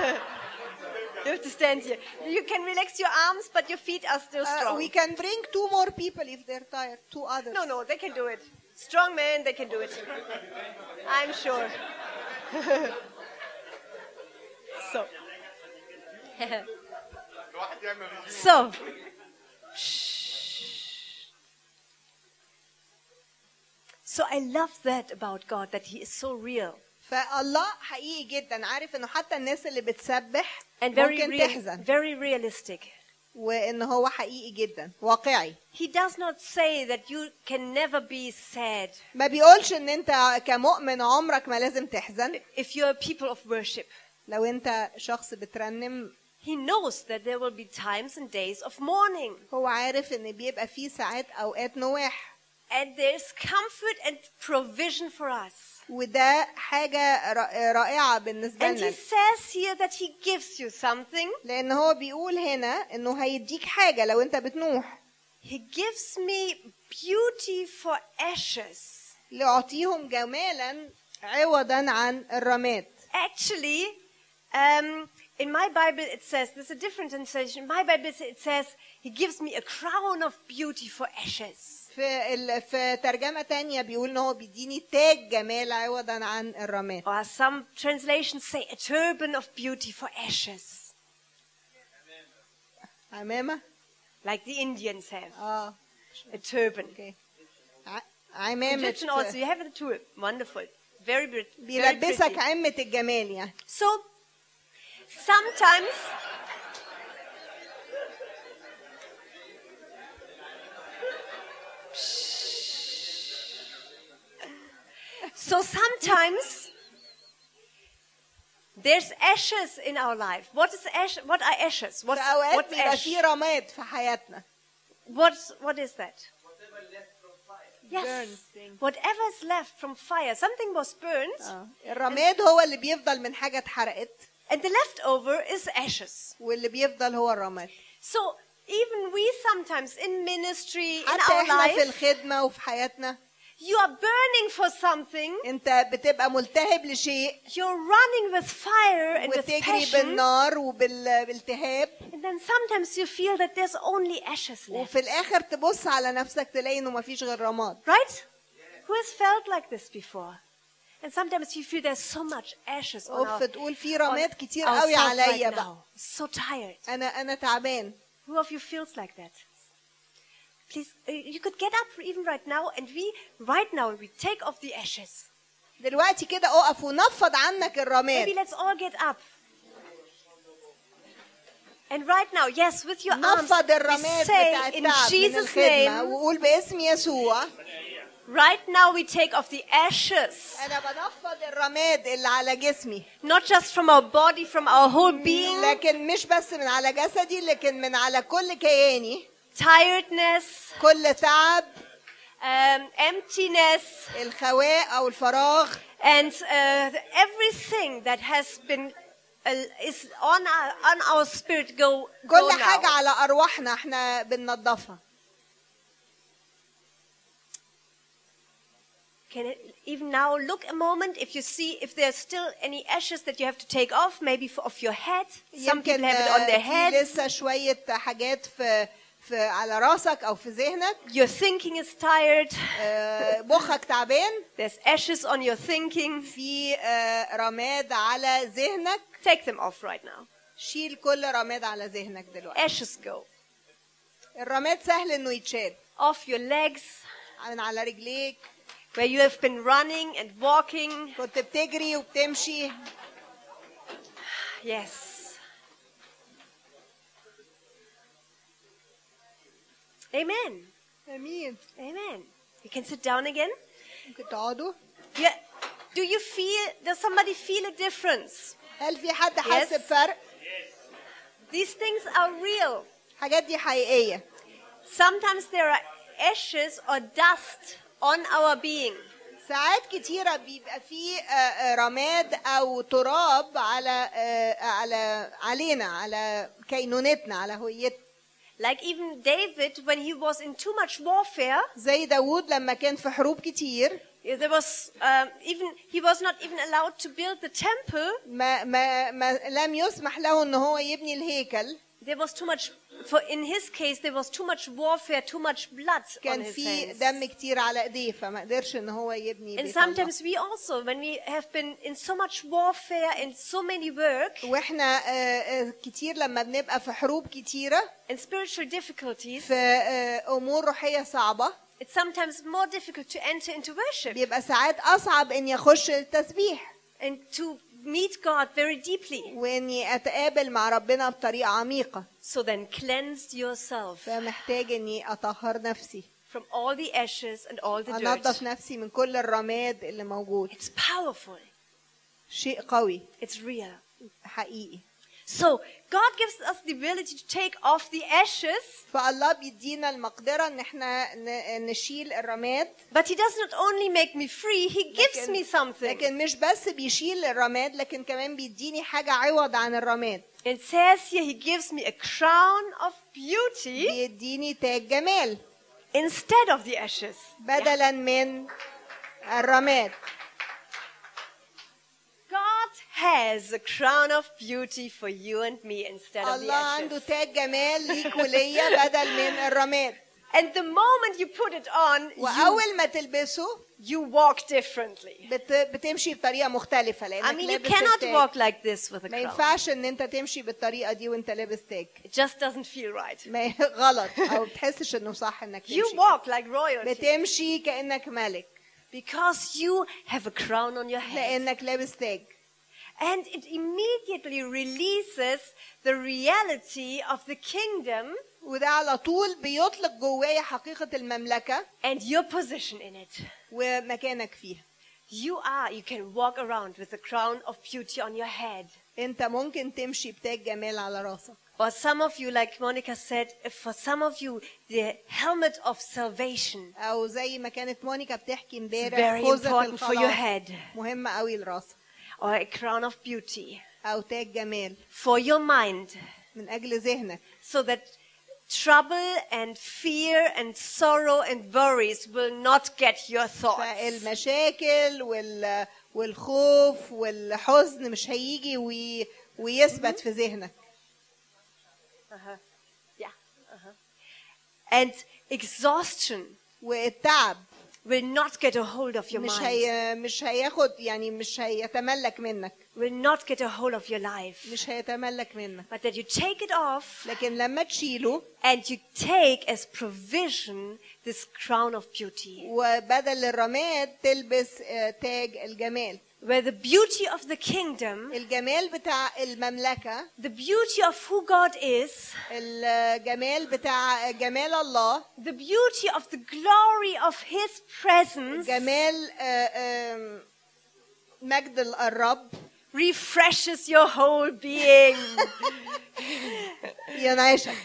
A: you have to stand here. You can relax your arms, but your feet are still
B: Uh,
A: strong.
B: we can bring two more people if they're tired two others
A: No, no, they can do it. Strong men, they can do it. I'm sure. so.
C: الواحد يعمل ريفيو
A: so. So I love that about God, that He is so real
B: فالله حقيقي جدا عارف انه حتى الناس اللي بتسبح
A: and very,
B: ممكن
A: real,
B: تحزن
A: very realistic.
B: وان هو حقيقي جدا واقعي
A: He does not say that you can never be sad
B: ما بيقولش ان انت كمؤمن عمرك ما لازم تحزن
A: if you're a people of worship.
B: لو انت شخص بترنم
A: He knows that there will be times and days of mourning.
B: هو عارف ان بيبقى فيه ساعات اوقات نواح
A: And there is comfort and provision for us.
B: وده حاجه ر- رائعه بالنسبه
A: And he
B: لنا
A: says here that he gives you something.
B: لان هو بيقول هنا انه هيديك حاجه لو انت بتنوح
A: He gives me beauty for ashes.
B: لأعطيهم جمالا عوضا عن الرماد
A: Actually, um, in my Bible it says, there's a different translation. In my Bible it says, he gives me a crown of beauty for ashes.
B: في ال... في ترجمة تانية بيقول ان هو بيديني تاج جمال عوضا عن الرماد
A: Or some translations say a turban of beauty for ashes,
B: عمامة
A: like the Indians have.
B: اه
A: A turban.
B: اوكي ع... عمامة
A: Egyptian also, you have a turban. Wonderful. Very, br- very pretty.
B: بيلبسك عمة الجمال يعني
A: So sometimes So sometimes There's ashes in our life. What is ash? What are ashes? What's,
B: فاوقات
A: what's
B: بيبقى
A: ash?
B: في رماد في حياتنا
A: What's, what is that?
B: Burnt
A: Yes.
B: thing.
A: Whatever's left from fire, something was burned,
B: آه. الرماد هو اللي بيفضل من حاجه اتحرقت
A: and the leftover is ashes.
B: واللي بيفضل هو الرماد
A: So even we sometimes in ministry, in our
B: حتى احنا في
A: life,
B: الخدمه وفي حياتنا
A: you are burning for something.
B: انت بتبقى ملتهب لشيء
A: You're running with fire and with
B: وتجري
A: passion,
B: بالنار وبالالتهاب
A: and then sometimes you feel that there's only ashes left.
B: وفي الاخر تبص على نفسك تلاقي انه مفيش غير رماد
A: Right? Who has felt like this before? And sometimes you feel there's so much ashes on our,
B: اوف تقول في رماد
A: on
B: كتير
A: ourselves
B: قوي عليا
A: right
B: بقى
A: now. So tired.
B: انا انا تعبان
A: Who of you feels like that? Please, uh, you could get up even right now, and we, right now, we take off the ashes.
B: دلوقتي كده اقف ونفض عنك
A: Maybe
B: الرماد
A: let's all get up. And right now, yes, with your arms,
B: نفض
A: we
B: الرماد
A: say
B: بتاع
A: in
B: التعب من
A: Jesus'
B: الخدمة
A: name,
B: وقول باسم يسوع
A: Right now, we take off the ashes,
B: انا بنفض الرماد اللي على جسمي
A: not just from our body, from our whole
B: Mm,
A: being,
B: لكن مش بس من على جسدي لكن من على كل كياني
A: tiredness,
B: كل تعب
A: um, emptiness,
B: الخواء او الفراغ
A: and uh, everything that has been uh, is on our, on our spirit. Go, go
B: كل حاجه
A: now.
B: على ارواحنا احنا بننضفها
A: Can it, even now, look a moment if you see if there's still any ashes that you have to take off, maybe for, off your head. Some
B: يمكن
A: people have it on
B: آه،
A: their
B: في
A: head.
B: لسه شويه حاجات في في على راسك او في ذهنك
A: Your thinking is tired.
B: آه، مخك تعبان
A: There's ashes on your thinking.
B: في آه، رماد على ذهنك
A: Take them off right now.
B: شيل كل رماد على ذهنك دلوقتي
A: Ashes go.
B: الرماد سهل انه يتشال
A: Off your legs.
B: من على رجليك
A: where you have been running and walking.
B: كنت بتجري وبتمشي
A: Yes. Amen.
B: امين
A: Amen. You can sit down again.
B: ممكن تقعدوا
A: Yeah. Do you feel, does somebody feel a difference?
B: هل في حد حاسس
A: Yes.
B: بفرق
A: These things are real.
B: الحاجات دي حقيقيه
A: Sometimes there are ashes or dust on our being.
B: ساعات كتيرة بيبقى في آه، آه، رماد أو تراب على آه، على علينا على كينونتنا على هويتنا
A: Like even David, when he was in too much warfare,
B: زي داوود لما كان في حروب كتير
A: there was um, even he was not even allowed to build the temple
B: ما, ما, ما لم يسمح له ان هو يبني الهيكل
A: There was too much, for in his case, there was too much warfare, too much blood on
B: كان
A: his
B: في
A: hands.
B: دم كتير على ايديه فما قدرش ان هو يبني
A: And
B: بيت الله.
A: sometimes we also, when we have been in so much warfare and so many work
B: واحنا آه، آه، كتير لما بنبقى في حروب كتيرة
A: and spiritual difficulties,
B: في آه، امور روحية صعبة
A: it's sometimes more difficult to enter into worship
B: بيبقى ساعات اصعب ان يخش التسبيح
A: and to meet God very deeply.
B: واني اتقابل مع ربنا بطريقه عميقه
A: So then cleanse yourself
B: فمحتاج اني اطهر نفسي
A: from all the ashes and all the
B: انظف
A: dirt.
B: نفسي من كل الرماد اللي موجود
A: It's powerful.
B: شيء قوي
A: It's real.
B: حقيقي
A: So God gives us the ability to take off the ashes
B: فالله بيدينا المقدره ان احنا ن- نشيل الرماد
A: But he does not only make me free, he gives me something.
B: لكن مش بس بيشيل الرماد لكن كمان بيديني حاجه عوض عن الرماد
A: It says here he gives me a crown of beauty
B: بيديني تاج جمال
A: instead of the ashes.
B: بدلا من الرماد
A: God has a crown of beauty for you and me instead of the
B: الله عنده
A: ashes.
B: تاج جمال ليك وليا بدل من الرماد
A: And the moment you put it on, you,
B: واول ما تلبسه
A: you walk differently.
B: بت... بتمشي بطريقه مختلفه لانك
A: I mean, you
B: لابس
A: cannot
B: التاج.
A: walk like this with a
B: ما
A: crown.
B: ينفعش ان انت تمشي بالطريقه دي وانت لابس تاج
A: It just doesn't feel right.
B: ما غلط او بتحسش انه صح انك تمشي
A: You walk like royalty
B: بتمشي كانك ملك
A: because you have a crown on your head.
B: لانك لابس تاج
A: And it immediately releases the reality of the kingdom
B: وده على طول بيطلق جوايا حقيقه المملكه
A: and your position in it.
B: ومكانك فيها
A: You are, you can walk around with the crown of beauty on your head.
B: انت ممكن تمشي بتاج جمال على راسك
A: Or some of you, like Monica said, if for some of you, the helmet of salvation
B: او زي ما كانت مونيكا بتحكي
A: is
B: امبارح
A: very
B: خوذة
A: important for your
B: الخلاص
A: head.
B: مهمة قوي لراسك
A: Or a crown of beauty
B: او تاج جمال
A: for your mind.
B: من اجل ذهنك
A: so that trouble and fear and sorrow and worries will not get your thoughts.
B: فالمشاكل وال... والخوف والحزن مش هيجي وي... ويثبت في ذهنك
A: Yeah. uh-huh. And exhaustion
B: والتعب
A: will not get a hold of your
B: مش
A: mind,
B: هي... مش هياخد يعني مش هيتملك منك
A: will not get a hold of your life.
B: مش هيتملك منك
A: But that you take it off
B: لكن لما تشيله
A: and you take as provision this crown of beauty,
B: وبدل الرماد تلبس آه، تاج الجمال
A: where the beauty of the kingdom,
B: الجمال بتاع المملكة
A: the beauty of who God is,
B: الجمال بتاع جمال الله
A: the beauty of the glory of His presence.
B: جمال آه، آم، مجد الرب
A: refreshes your whole being
B: ينعشك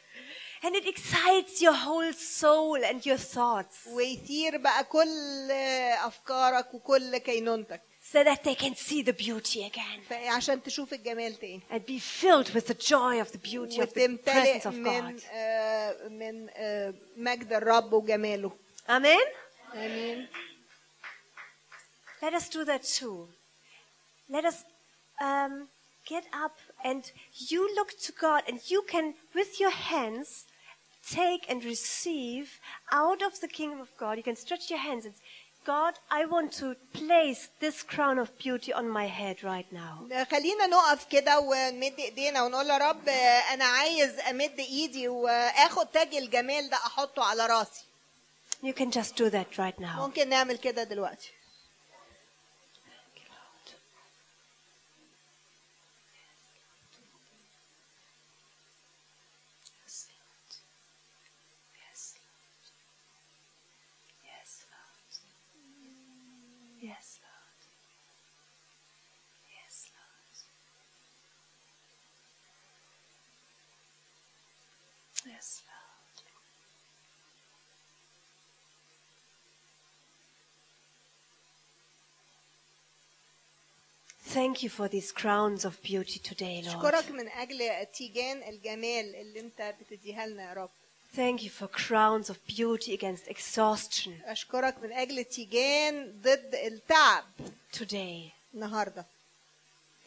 A: and it excites your whole soul and your thoughts
B: ويثير بقى كل افكارك وكل كينونتك
A: so that they can see the beauty again
B: عشان تشوف الجمال تاني
A: and be filled with the joy of the beauty of the presence
B: وتمتلئ
A: of
B: من
A: God.
B: آه، من آه، مجد الرب وجماله
A: Amen?
B: امين
A: Let us do that too. Let us um, get up and you look to God and you can, with your hands, take and receive out of the kingdom of God. You can stretch your hands and say, God, I want to place this crown of beauty on my head right now.
B: خلينا نقف كده ونمد ايدينا ونقول يا رب آه، انا عايز امد ايدي واخد تاج الجمال ده احطه على راسي
A: You can just do that right now.
B: ممكن نعمل كده دلوقتي
A: Yes, Lord. Yes, Lord. Yes, Lord. Yes, Lord. Thank you for these crowns of beauty today, Lord.
B: اشكرك من اجل تيجان الجمال اللي انت بتديها لنا يا رب
A: Thank you for crowns of beauty against exhaustion
B: اشكرك من اجل تيجان ضد التعب
A: today.
B: النهارده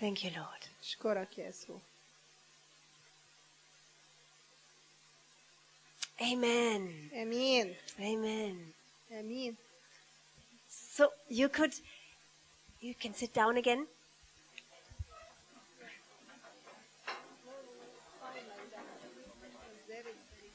A: Thank you, Lord.
B: اشكرك يا يسوع
A: Amen.
B: امين
A: Amen.
B: امين
A: So you could, you can sit down again.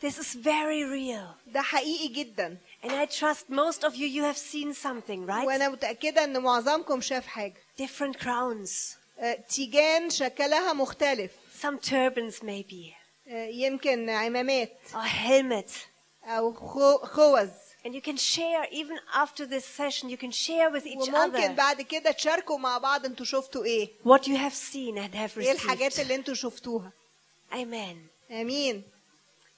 A: This is very real.
B: ده حقيقي جدا
A: And I trust most of you, you have seen something, right?
B: وانا متاكده ان معظمكم شاف حاجه
A: Different crowns,
B: آه، تيجان شكلها مختلف
A: some turbans maybe,
B: آه، يمكن عمامات
A: or helmet.
B: او خو- خوذ
A: And you can share, even after this session, you can share with each
B: وممكن
A: other
B: بعد كده تشاركوا مع بعض انتوا شفتوا ايه
A: what you have seen and have
B: ايه الحاجات
A: received.
B: اللي انتوا شفتوها
A: Amen.
B: امين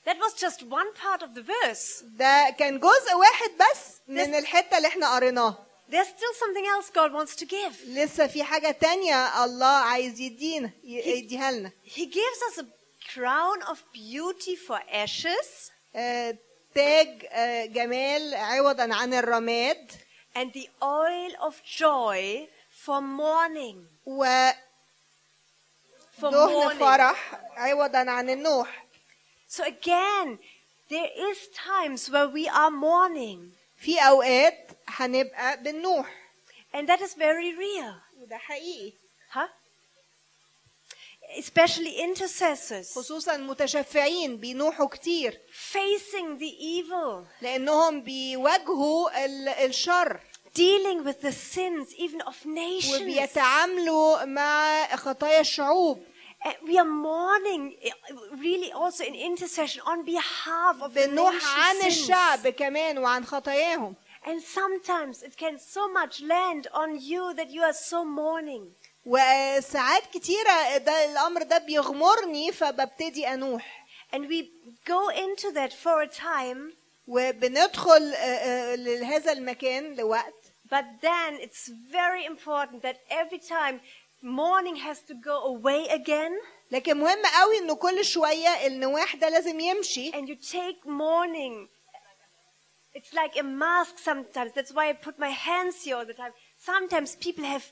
A: That was just one part of the verse.
B: ده كان جزء واحد بس من الحته اللي احنا قريناها
A: There's still something else God wants to give.
B: لسه في حاجه تانية الله عايز يدينا ي- يديها لنا
A: He gives us a crown of beauty for ashes,
B: آه، تاج آه، جمال عوضا عن الرماد
A: and the oil of joy for mourning.
B: ودهن
A: For mourning.
B: فرح عوضا عن النوح
A: So again, there is times where we are mourning,
B: في اوقات هنبقى بالنوح
A: and that is very real,
B: وده حقيقي
A: huh? Especially intercessors
B: خصوصا متشفعين بينوحوا كتير
A: facing the evil,
B: لانهم بيواجهوا ال- الشر
A: dealing with the sins even of nations.
B: وبيتعاملوا مع خطايا الشعوب
A: And we are mourning, eh, really, also in intercession on behalf of the
B: بنوح
A: nation's
B: عن
A: sins.
B: الشعب كمان وعن خطاياهم
A: And sometimes it can so much land on you that you are so mourning.
B: وساعات كتيرة ده الأمر ده بيغمرني فببتدي أنوح
A: And we go into that for a time,
B: وبندخل آه، آه، لهذا المكان لوقت
A: but then it's very important that every time mourning has to go away again
B: لكن مهم قوي انه كل شوية النواح ده لازم يمشي
A: and you take mourning. It's like a mask sometimes. That's why I put my hands here all the time. Sometimes people have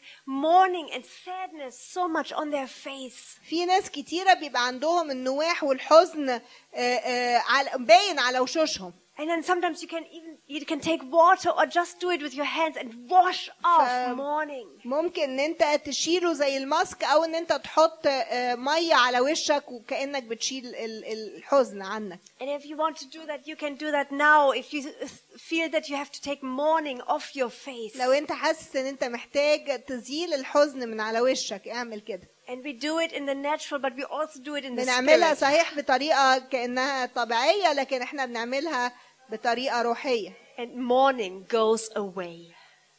A: mourning and sadness so much on their face.
B: في ناس كتيرة بيبقى عندهم النواح والحزن آه، آه، على- باين على وشوشهم
A: And then sometimes you can even you can take water or just do it with your hands and wash off
B: Fam-
A: mourning.
B: ممكن ان انت تشيله زي الماسك او ان انت تحط آه، ميه على وشك وكانك بتشيل ال- ال- الحزن عنك
A: And if you want to do that, you can do that now. If you th- feel that you have to take mourning off your face,
B: لو انت حاسس ان انت محتاج تزيل الحزن من على وشك اعمل كده
A: and we do it in the natural, but we also do it in the
B: بنعملها
A: spirit.
B: صحيح بطريقه كانها طبيعيه لكن احنا بنعملها بطريقه روحيه
A: And mourning goes away.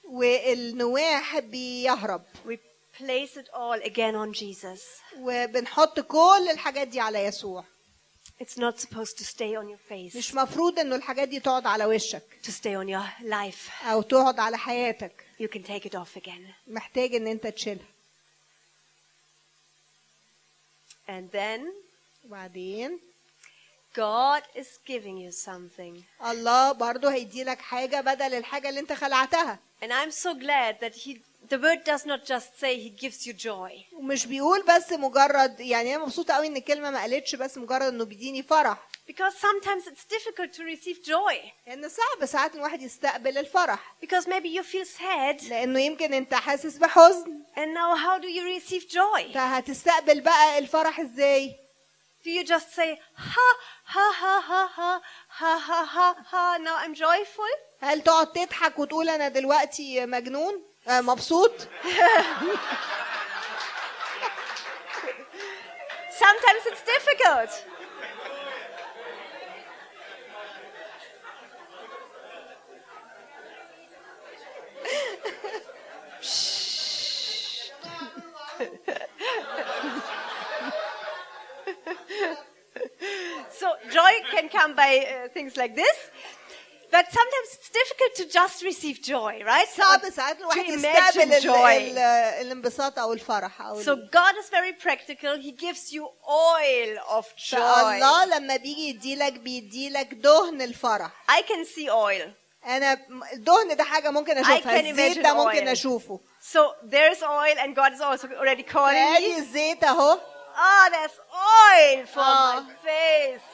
B: والنواح بيهرب
A: We place it all again on Jesus.
B: وبنحط كل الحاجات دي على يسوع
A: It's not supposed to stay on your
B: مش
A: face,
B: مفروض انه الحاجات دي تقعد على وشك
A: to stay on your life.
B: او تقعد على حياتك
A: You can take it off again.
B: محتاج ان انت تشيلها
A: And then
B: وبعدين
A: God is giving you something.
B: الله برضه هيديلك حاجة بدل الحاجة اللي انت خلعتها
A: And I'm so glad that he, the word does not just say he gives you joy.
B: ومش بيقول بس مجرد يعني انا مبسوطة قوي ان الكلمة ما قالتش بس مجرد انه بيديني فرح
A: Because sometimes it's difficult to receive joy.
B: لان صعب ساعات الواحد يستقبل الفرح
A: Because maybe you feel sad,
B: لانه يمكن انت حاسس بحزن
A: and now how do you receive joy?
B: فهتستقبل بقى الفرح ازاي
A: Do you just say, ha, ha, ha, ha, ha, ha, ha, ha, ha, now I'm joyful?
B: هل تقعد تضحك وتقول انا دلوقتي مجنون آه، مبسوط
A: Sometimes it's difficult. so joy can come by uh, things like this. But sometimes it's difficult to just receive joy, right?
B: صعب
A: Or
B: ساعات
A: to
B: الواحد
A: imagine
B: يستقبل ال-
A: joy.
B: ال- الانبساط او الفرح او
A: So God is very practical. He gives you oil of joy.
B: الله لما بيجي يديلك بيديلك دهن الفرح
A: I can see oil.
B: انا الدهن ده حاجه ممكن اشوفها
A: can
B: الزيت
A: imagine
B: ده ممكن
A: oil.
B: اشوفه
A: So there's oil, and God is also already calling
B: ادي
A: me.
B: الزيت اهو
A: Ah, there's oil for
B: Ah.
A: my face.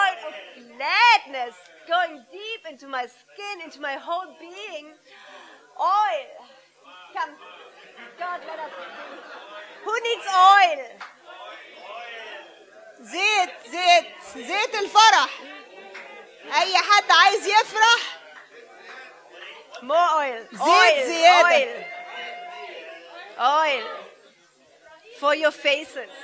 A: Oil of gladness going deep into my skin, into my whole being. Oil. Come. God, let us. Who needs oil?
B: زيت زيت زيت الفرح اي حد عايز يفرح
A: More oil.
B: Zit,
A: Oil.
B: zit.
A: Oil. Oil. For your faces.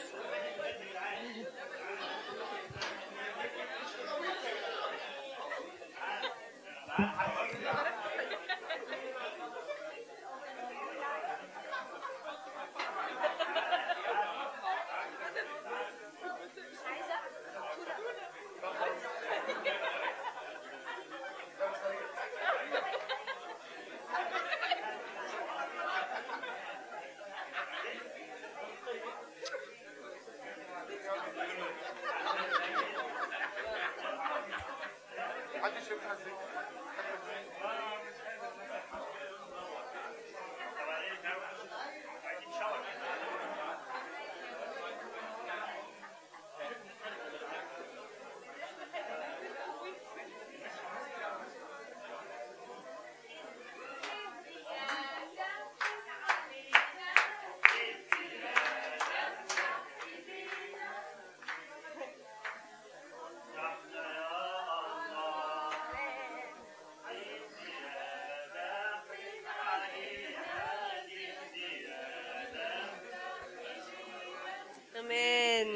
A: Amen.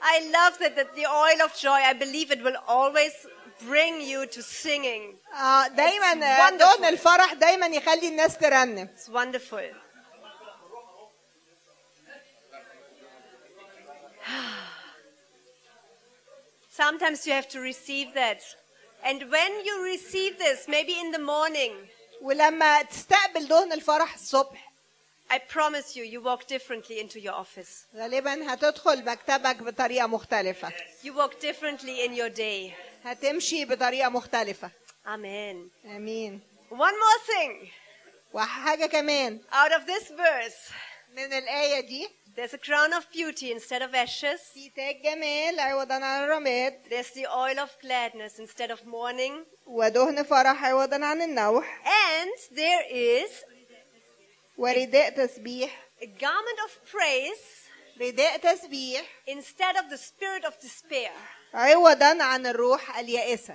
A: I love that, that the oil of joy, I believe it will always bring you to singing.
B: اه
A: It's
B: دايما
A: wonderful.
B: لون الفرح دايما يخلي الناس ترنم
A: It's wonderful. Sometimes you have to receive that. And when you receive this, maybe in the morning,
B: ولما تستقبل لون الفرح الصبح
A: I promise you, you walk differently into your office.
B: غالبا هتدخل مكتبك بطريقه مختلفه
A: You walk differently in your day.
B: هتمشي بطريقه مختلفه
A: Amen.
B: امين
A: One more thing
B: وحاجه كمان
A: out of this verse
B: من الايه دي
A: there's a crown of beauty instead of ashes.
B: في تاج جمال عوضا عن الرماد
A: There's the oil of gladness instead of mourning.
B: ودهن فرح عوضا عن النوح
A: And there is
B: ورداء تسبيح
A: a garment of praise
B: رداء تسبيح
A: instead of the spirit of despair.
B: عوضا عن الروح اليائسه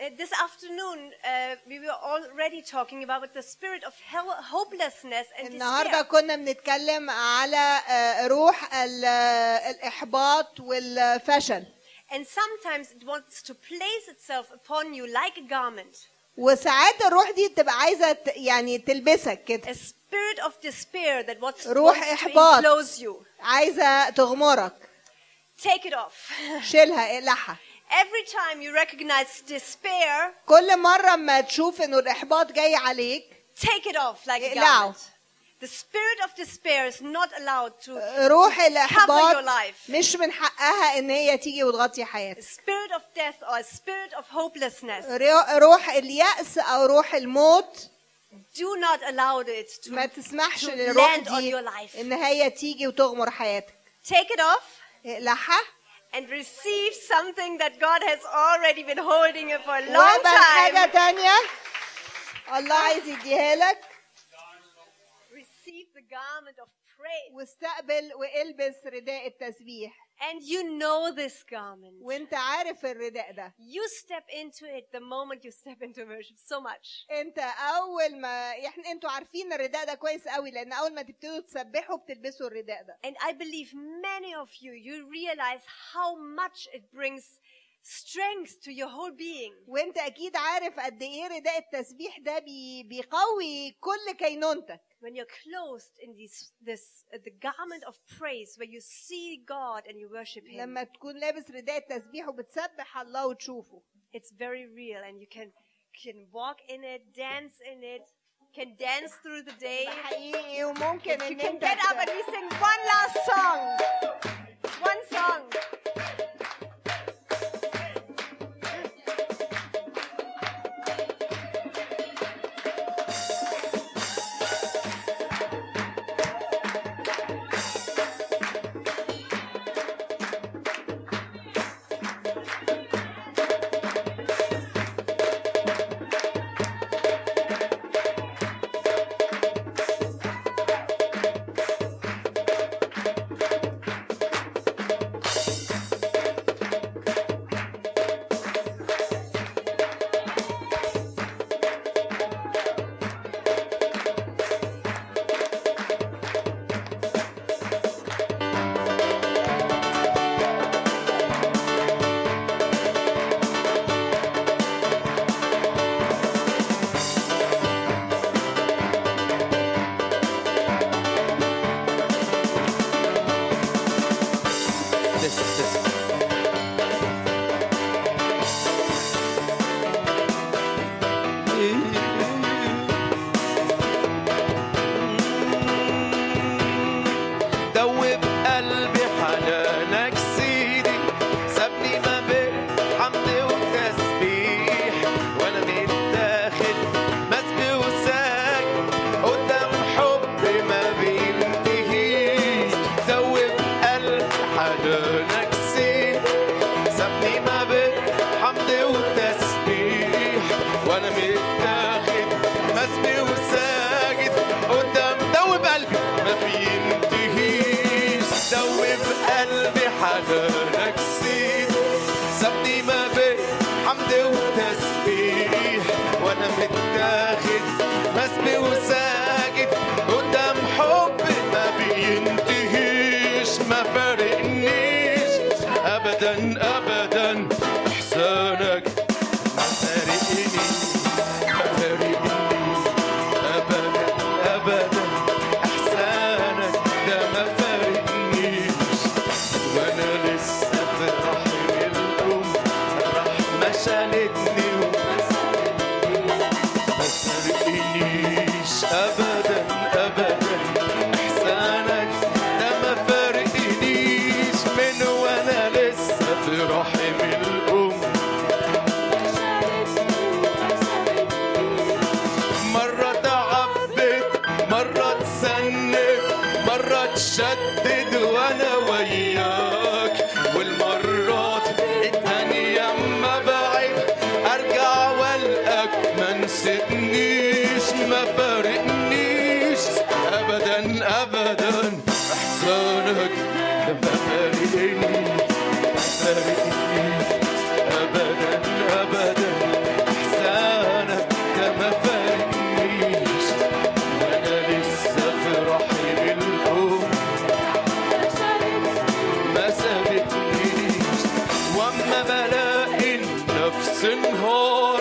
A: Uh, this afternoon, uh, we were already talking about the spirit of hell, hopelessness and
B: النهارده
A: despair.
B: كنا بنتكلم على آه، روح ال- آه، الاحباط والفشل
A: And sometimes it wants to place itself upon you like a garment.
B: وساعات الروح دي بتبقى عايزه ت- يعني تلبسك
A: A
B: كده
A: spirit of despair that wants,
B: روح
A: wants to
B: إحباط.
A: enclose you.
B: عايزه تغمرك
A: Take it off.
B: شيلها اقلعها
A: Every time you recognize despair,
B: كل مره ما تشوف انه الاحباط جاي عليك
A: take it off like a
B: Eqla'u.
A: garment. The spirit of despair is not allowed to.
B: Uh, روح
A: your
B: الاحباط
A: life.
B: مش من حقها ان هي تيجي وتغطي
A: A
B: حياتك
A: spirit of death or a spirit of hopelessness.
B: رو- روح اليأس او روح الموت
A: Do not allow it to.
B: ما تسمحش
A: to
B: للروح
A: land on
B: دي
A: your life.
B: ان هي تيجي وتغمر حياتك
A: Take it off
B: اقلعها
A: and receive something that God has already been holding you for a long
B: واقبل حاجة
A: time.
B: تانية الله عايز يديها لك
A: Receive the garment of praise.
B: واستقبل والبس رداء التسبيح
A: And you know this garment.
B: وانت عارف الرداء ده
A: You step into it the moment you step into worship so much.
B: انت اول ما احنا انتوا عارفين الرداء ده كويس قوي لان اول ما تبتدوا تسبحوا بتلبسوا الرداء ده
A: And I believe many of you, you realize how much it brings strength to your whole being.
B: وانت اكيد عارف قد ايه رداء التسبيح ده بي بيقوي كل كينونتك
A: When you're clothed in these, this, uh, the garment of praise, where you see God and you worship Him,
B: لما تكون لابس رداء التسبيح وبتسبح الله وتشوفه
A: it's very real and you can, can walk in it, dance in it, can dance through the day.
B: ده حقيقي وممكن
A: إيه؟ You
B: ان
A: can
B: انت
A: get up and we sing one last song. One song.
F: This is this. دوب قلبي حنانك سيدي سابني ما بين حمد وتسبيح وانا متاخد مسبي وساك قدام حب ما بينتهيش دوب قلبي حنانك سيدي سابني ما بين حمد وتسبيح وانا متاخد مسبي وساجد قدام دوب قلبي ما بينتهيش دوب قلبي حنانك سيد سابني ما بين حمد وتسبيح وانا متاخد مسبي وساجد قدام حب ما بينتهيش ما فارقنيش نفس نهار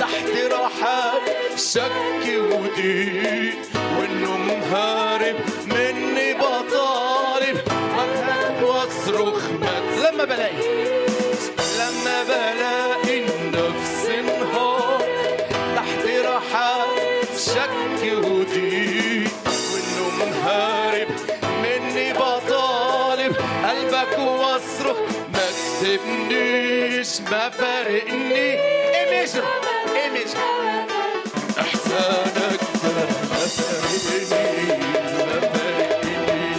F: تحت راحة شك ودين والنوم هارب مني بطالب أبهج وأصرخ مات لما بلاقي لما بلاقي النفس انهار تحت راحة شك وضيق والنوم هارب مني بطالب قلبك واصرخ ما كسبنيش ما فارقني امشي امشي احسانك ده ما فارقني ما فارقني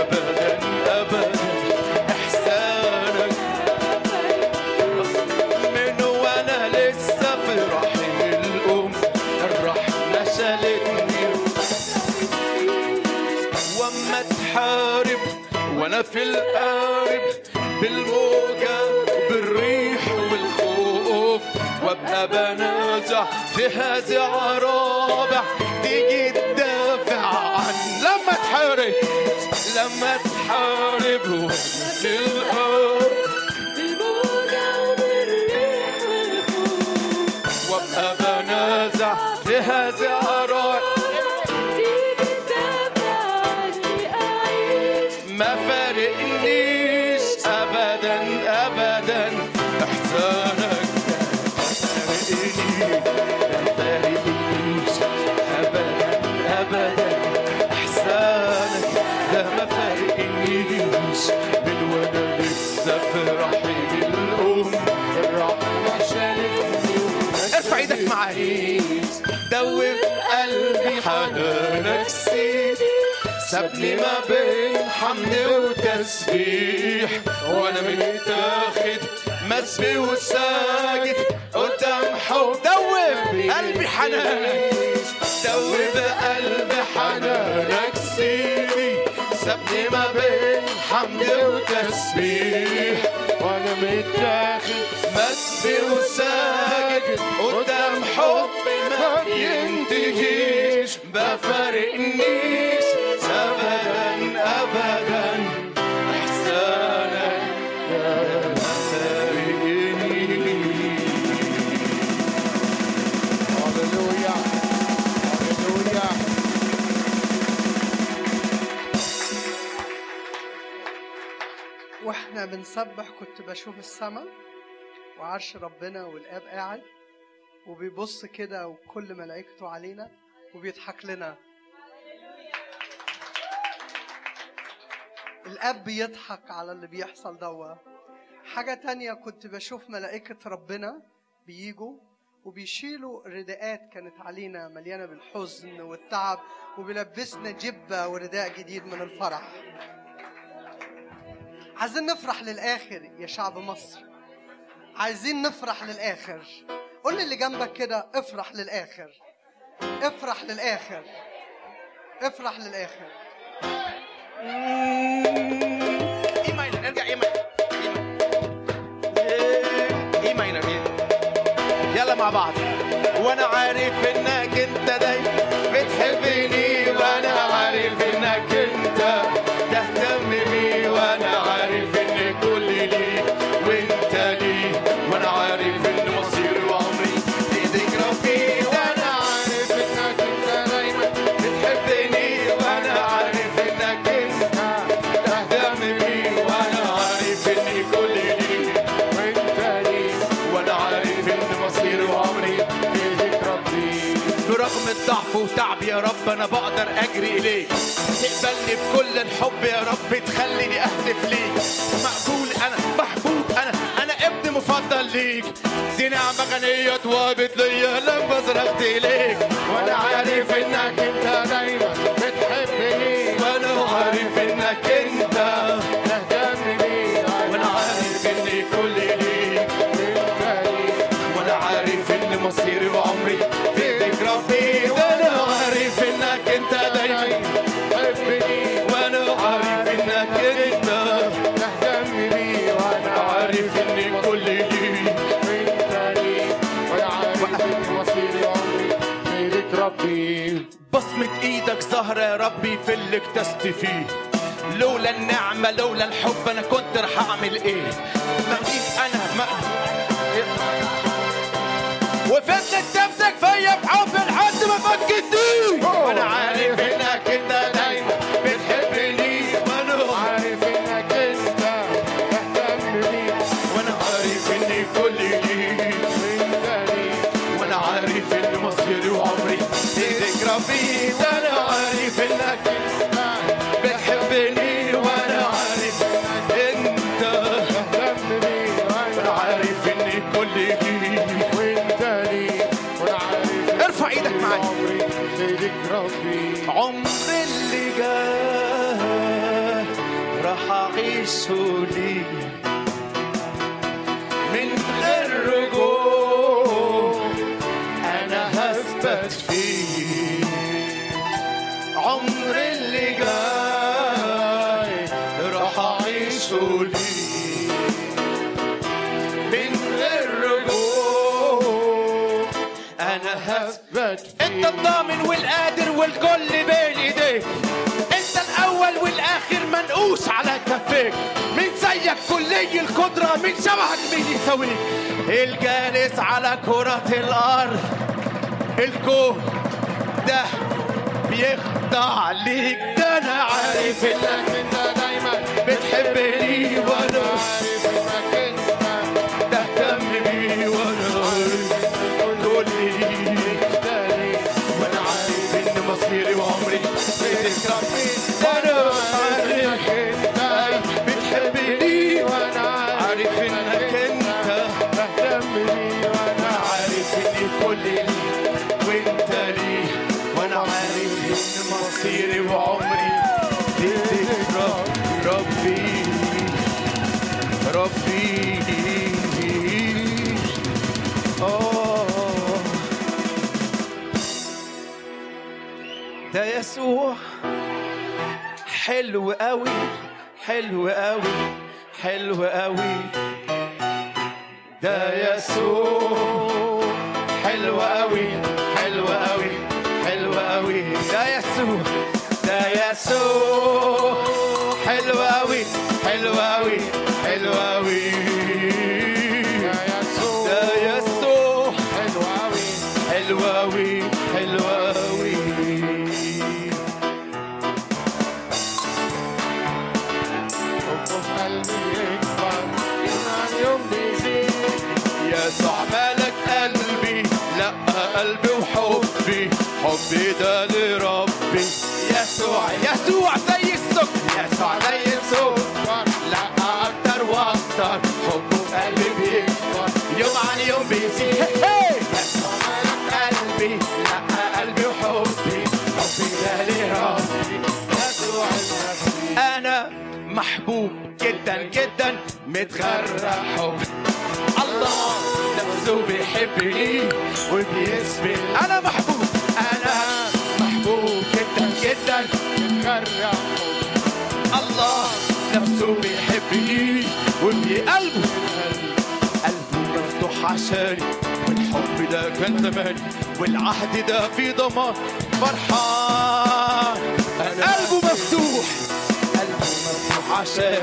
F: ابدا ابدا احسانك من وانا لسه في رحم الام الرحمه شالتني واما تحارب وانا في القارب بالموجة بالريح والخوف وابقى بنازع في هذه رابع تيجي تدافع عن لما تحارب لما تحارب وانا في القارب وابقى بنازع في هذه رابع ما فارقنيش ابدا ابدا احسانك ما فارقنيش ابدا ابدا احسانك ده ما فارقنيش من وانا لسه في رحم الام الرحمه شالتني ارفع ايدك معايا دوب قلبي حنانك سيدي سابني ما بين حمد وتسبيح وانا متاخد مسبي وساجد قدام حب دوب قلبي حنانك دوب قلبي حنانك سيدي سابني ما بين حمد وتسبيح وانا متاخد مسبي وساجد قدام حب ما ينتهيش ما فارقنيش ابدا ابدا احسانك ما فارقنيش هللويا هللويا
G: واحنا بنسبح كنت بشوف السما وعرش ربنا والاب قاعد وبيبص كده وكل ملائكته علينا وبيضحك لنا الاب بيضحك على اللي بيحصل دوا حاجة تانية كنت بشوف ملائكة ربنا بيجوا وبيشيلوا رداءات كانت علينا مليانة بالحزن والتعب وبيلبسنا جبة ورداء جديد من الفرح عايزين نفرح للآخر يا شعب مصر عايزين نفرح للآخر قول اللي جنبك كده افرح للآخر افرح للآخر افرح للآخر
F: اي ماينر ارجع اي ماينر إيه، اي ماينر إيه. يلا مع بعض وانا عارف انك انت دايما بتحبني وانا عارف انك انت تهتم بي وانا عارف ان كل لي وانت لي وانا عارف ان مصيري وعمري بايديك ربي وانا عارف انك انت دايما بتحبني وانا عارف انك انت تهتم بي وانا عارف ان كل لي وانت لي وانا عارف ان مصيري وعمري بايديك ربي برغم الضعف وتعب يا رب انا بقدر اجري اليك تقبلني بكل الحب يا رب تخليني اهدف ليك مقبول انا محبوب انا انا ابن مفضل ليك دي نعمه غنيه اتوابت ليا لما صرخت اليك وانا عارف انك انت دايما بتحبني وانا عارف انك انت تهتم بي وانا عارف ان كل ليك وانت ليك وانا عارف ان مصيري وعمري في ايديك ربي وانا عارف انك انت دايما حبني وانا عارف انك انت تهتم بي وانا عارف ان كل لي وانت لي وانا عارف ان مصيري وعمري في ايديك ربي بصمة ايدك زهرة يا ربي في اللي اكتست فيه لولا إيه؟ النعمة لولا الحب انا كنت رح اعمل ايه ماليش انا ما جدي انا عارف انك انت دايما بتحبني وانا عارف انك انت مهتم بي وانا عارف اني كل ليك انت لي وانا عارف ان مصيري وعمري ايدك ربي وانا عارف انك انت بتحبني وانا عارف انك انت مهتم بي وانا عارف اني كل ليك وانت لي وانا عارف ارفع ايدك معايا عمر اللي جاه راح اعيشه لي من غير رجوع انا هثبت فيه عمر اللي جاي راح اعيشه لي من غير رجوع انا هثبت انت الضامن والقادر والكل بين ايديك انت الاول والاخر منقوس على كفيك مين زيك كلي القدرة مين شبهك مين يساويك الجالس على كرة الارض الكون ده بيخضع ليك ده انا عارف انك انت دايما بتحبني وانا عارف انك انت تهتم بي وانا عارف كل وانا عارف ان مصيري وعمري بيتك ربي وانا عارف انت بتحبني وانا عارف انك انت تهتم بي وانا عارف ان كل لي وانت لي وانا عارف ان مصيري وعمري بيتك ربي ربي ربي آه. ده يسوع حلو قوي حلو قوي حلو قوي ده يسوع حلو قوي حلو قوي حلو قوي ده يسوع ده يسوع حلو قوي حلو قوي حلو قوي ده يسوع ده يسوع حلو قوي حلو قوي حلو قوي حبه في قلبي يكبر يوم عن يوم بيزيد يا صعبالك قلبي لا قلبي وحبي حبي ده لربي يسوع يسوع زي السكر يسوع زي السكر لا اكتر واكتر حبه في قلبي بيكبر يوم عن يوم بيزيد يسوع ملك قلبي لا قلبي وحبي حبي ده لربي يسوع المسيح انا محبوب جدا جدا متغرق حب الله نفسه بيحبني وبيسبي انا محبوب انا محبوب جدا جدا متغرق حب الله نفسه بيحبني وبقلبه قلبه مفتوح عشاني والحب ده كان زماني والعهد ده في ضمان فرحان قلبه مفتوح قلبي مفتوح عشان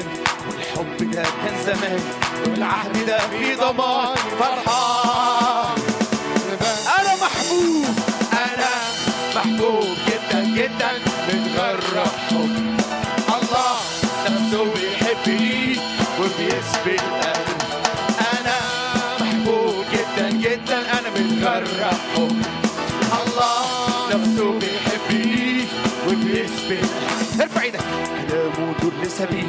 F: والحب ده كان زمان والعهد ده في ضمان فرحان انا محبوب انا محبوب جدا جدا متغرق حب الله نفسه بيحبني وبيسبي القلب انا محبوب جدا جدا انا متغرق حب الله نفسه بيحبني وبيسبي القلب ارفع ايدك كلامه دول لسبيل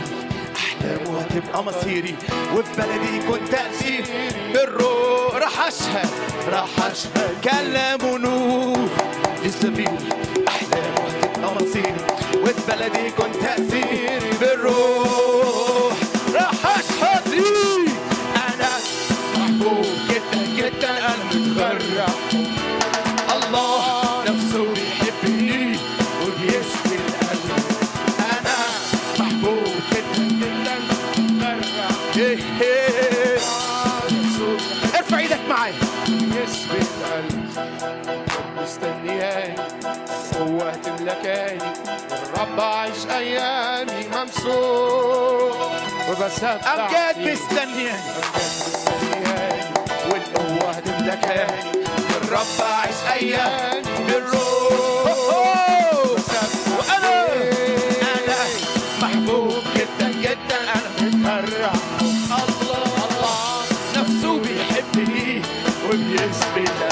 F: احلامه هتبقى مصيري وفي بلدي كنت اسير بالروح راح اشهد راح اشهد كلامه نور لسبيل احلامه هتبقى مصيري وفي بلدي كنت اسير بالروح راح اشهد ليه انا محبوب جدا جدا انا متغرق الله نفسه بيحبني Oh, وبيسقي القلب انا محبوب جدا جدا متغرق إيه إيه. ارفع ايدك معايا بيسقي القلب مستنياني قوة تملكاني الرب عايش ايامي ممسوك وبسبح امجاد مستنياني والقوة هتملكاني اتربى عيش ايام بالروح وانا انا محبوب جدا جدا انا متهرع الله الله نفسه بيحبني وبيثبت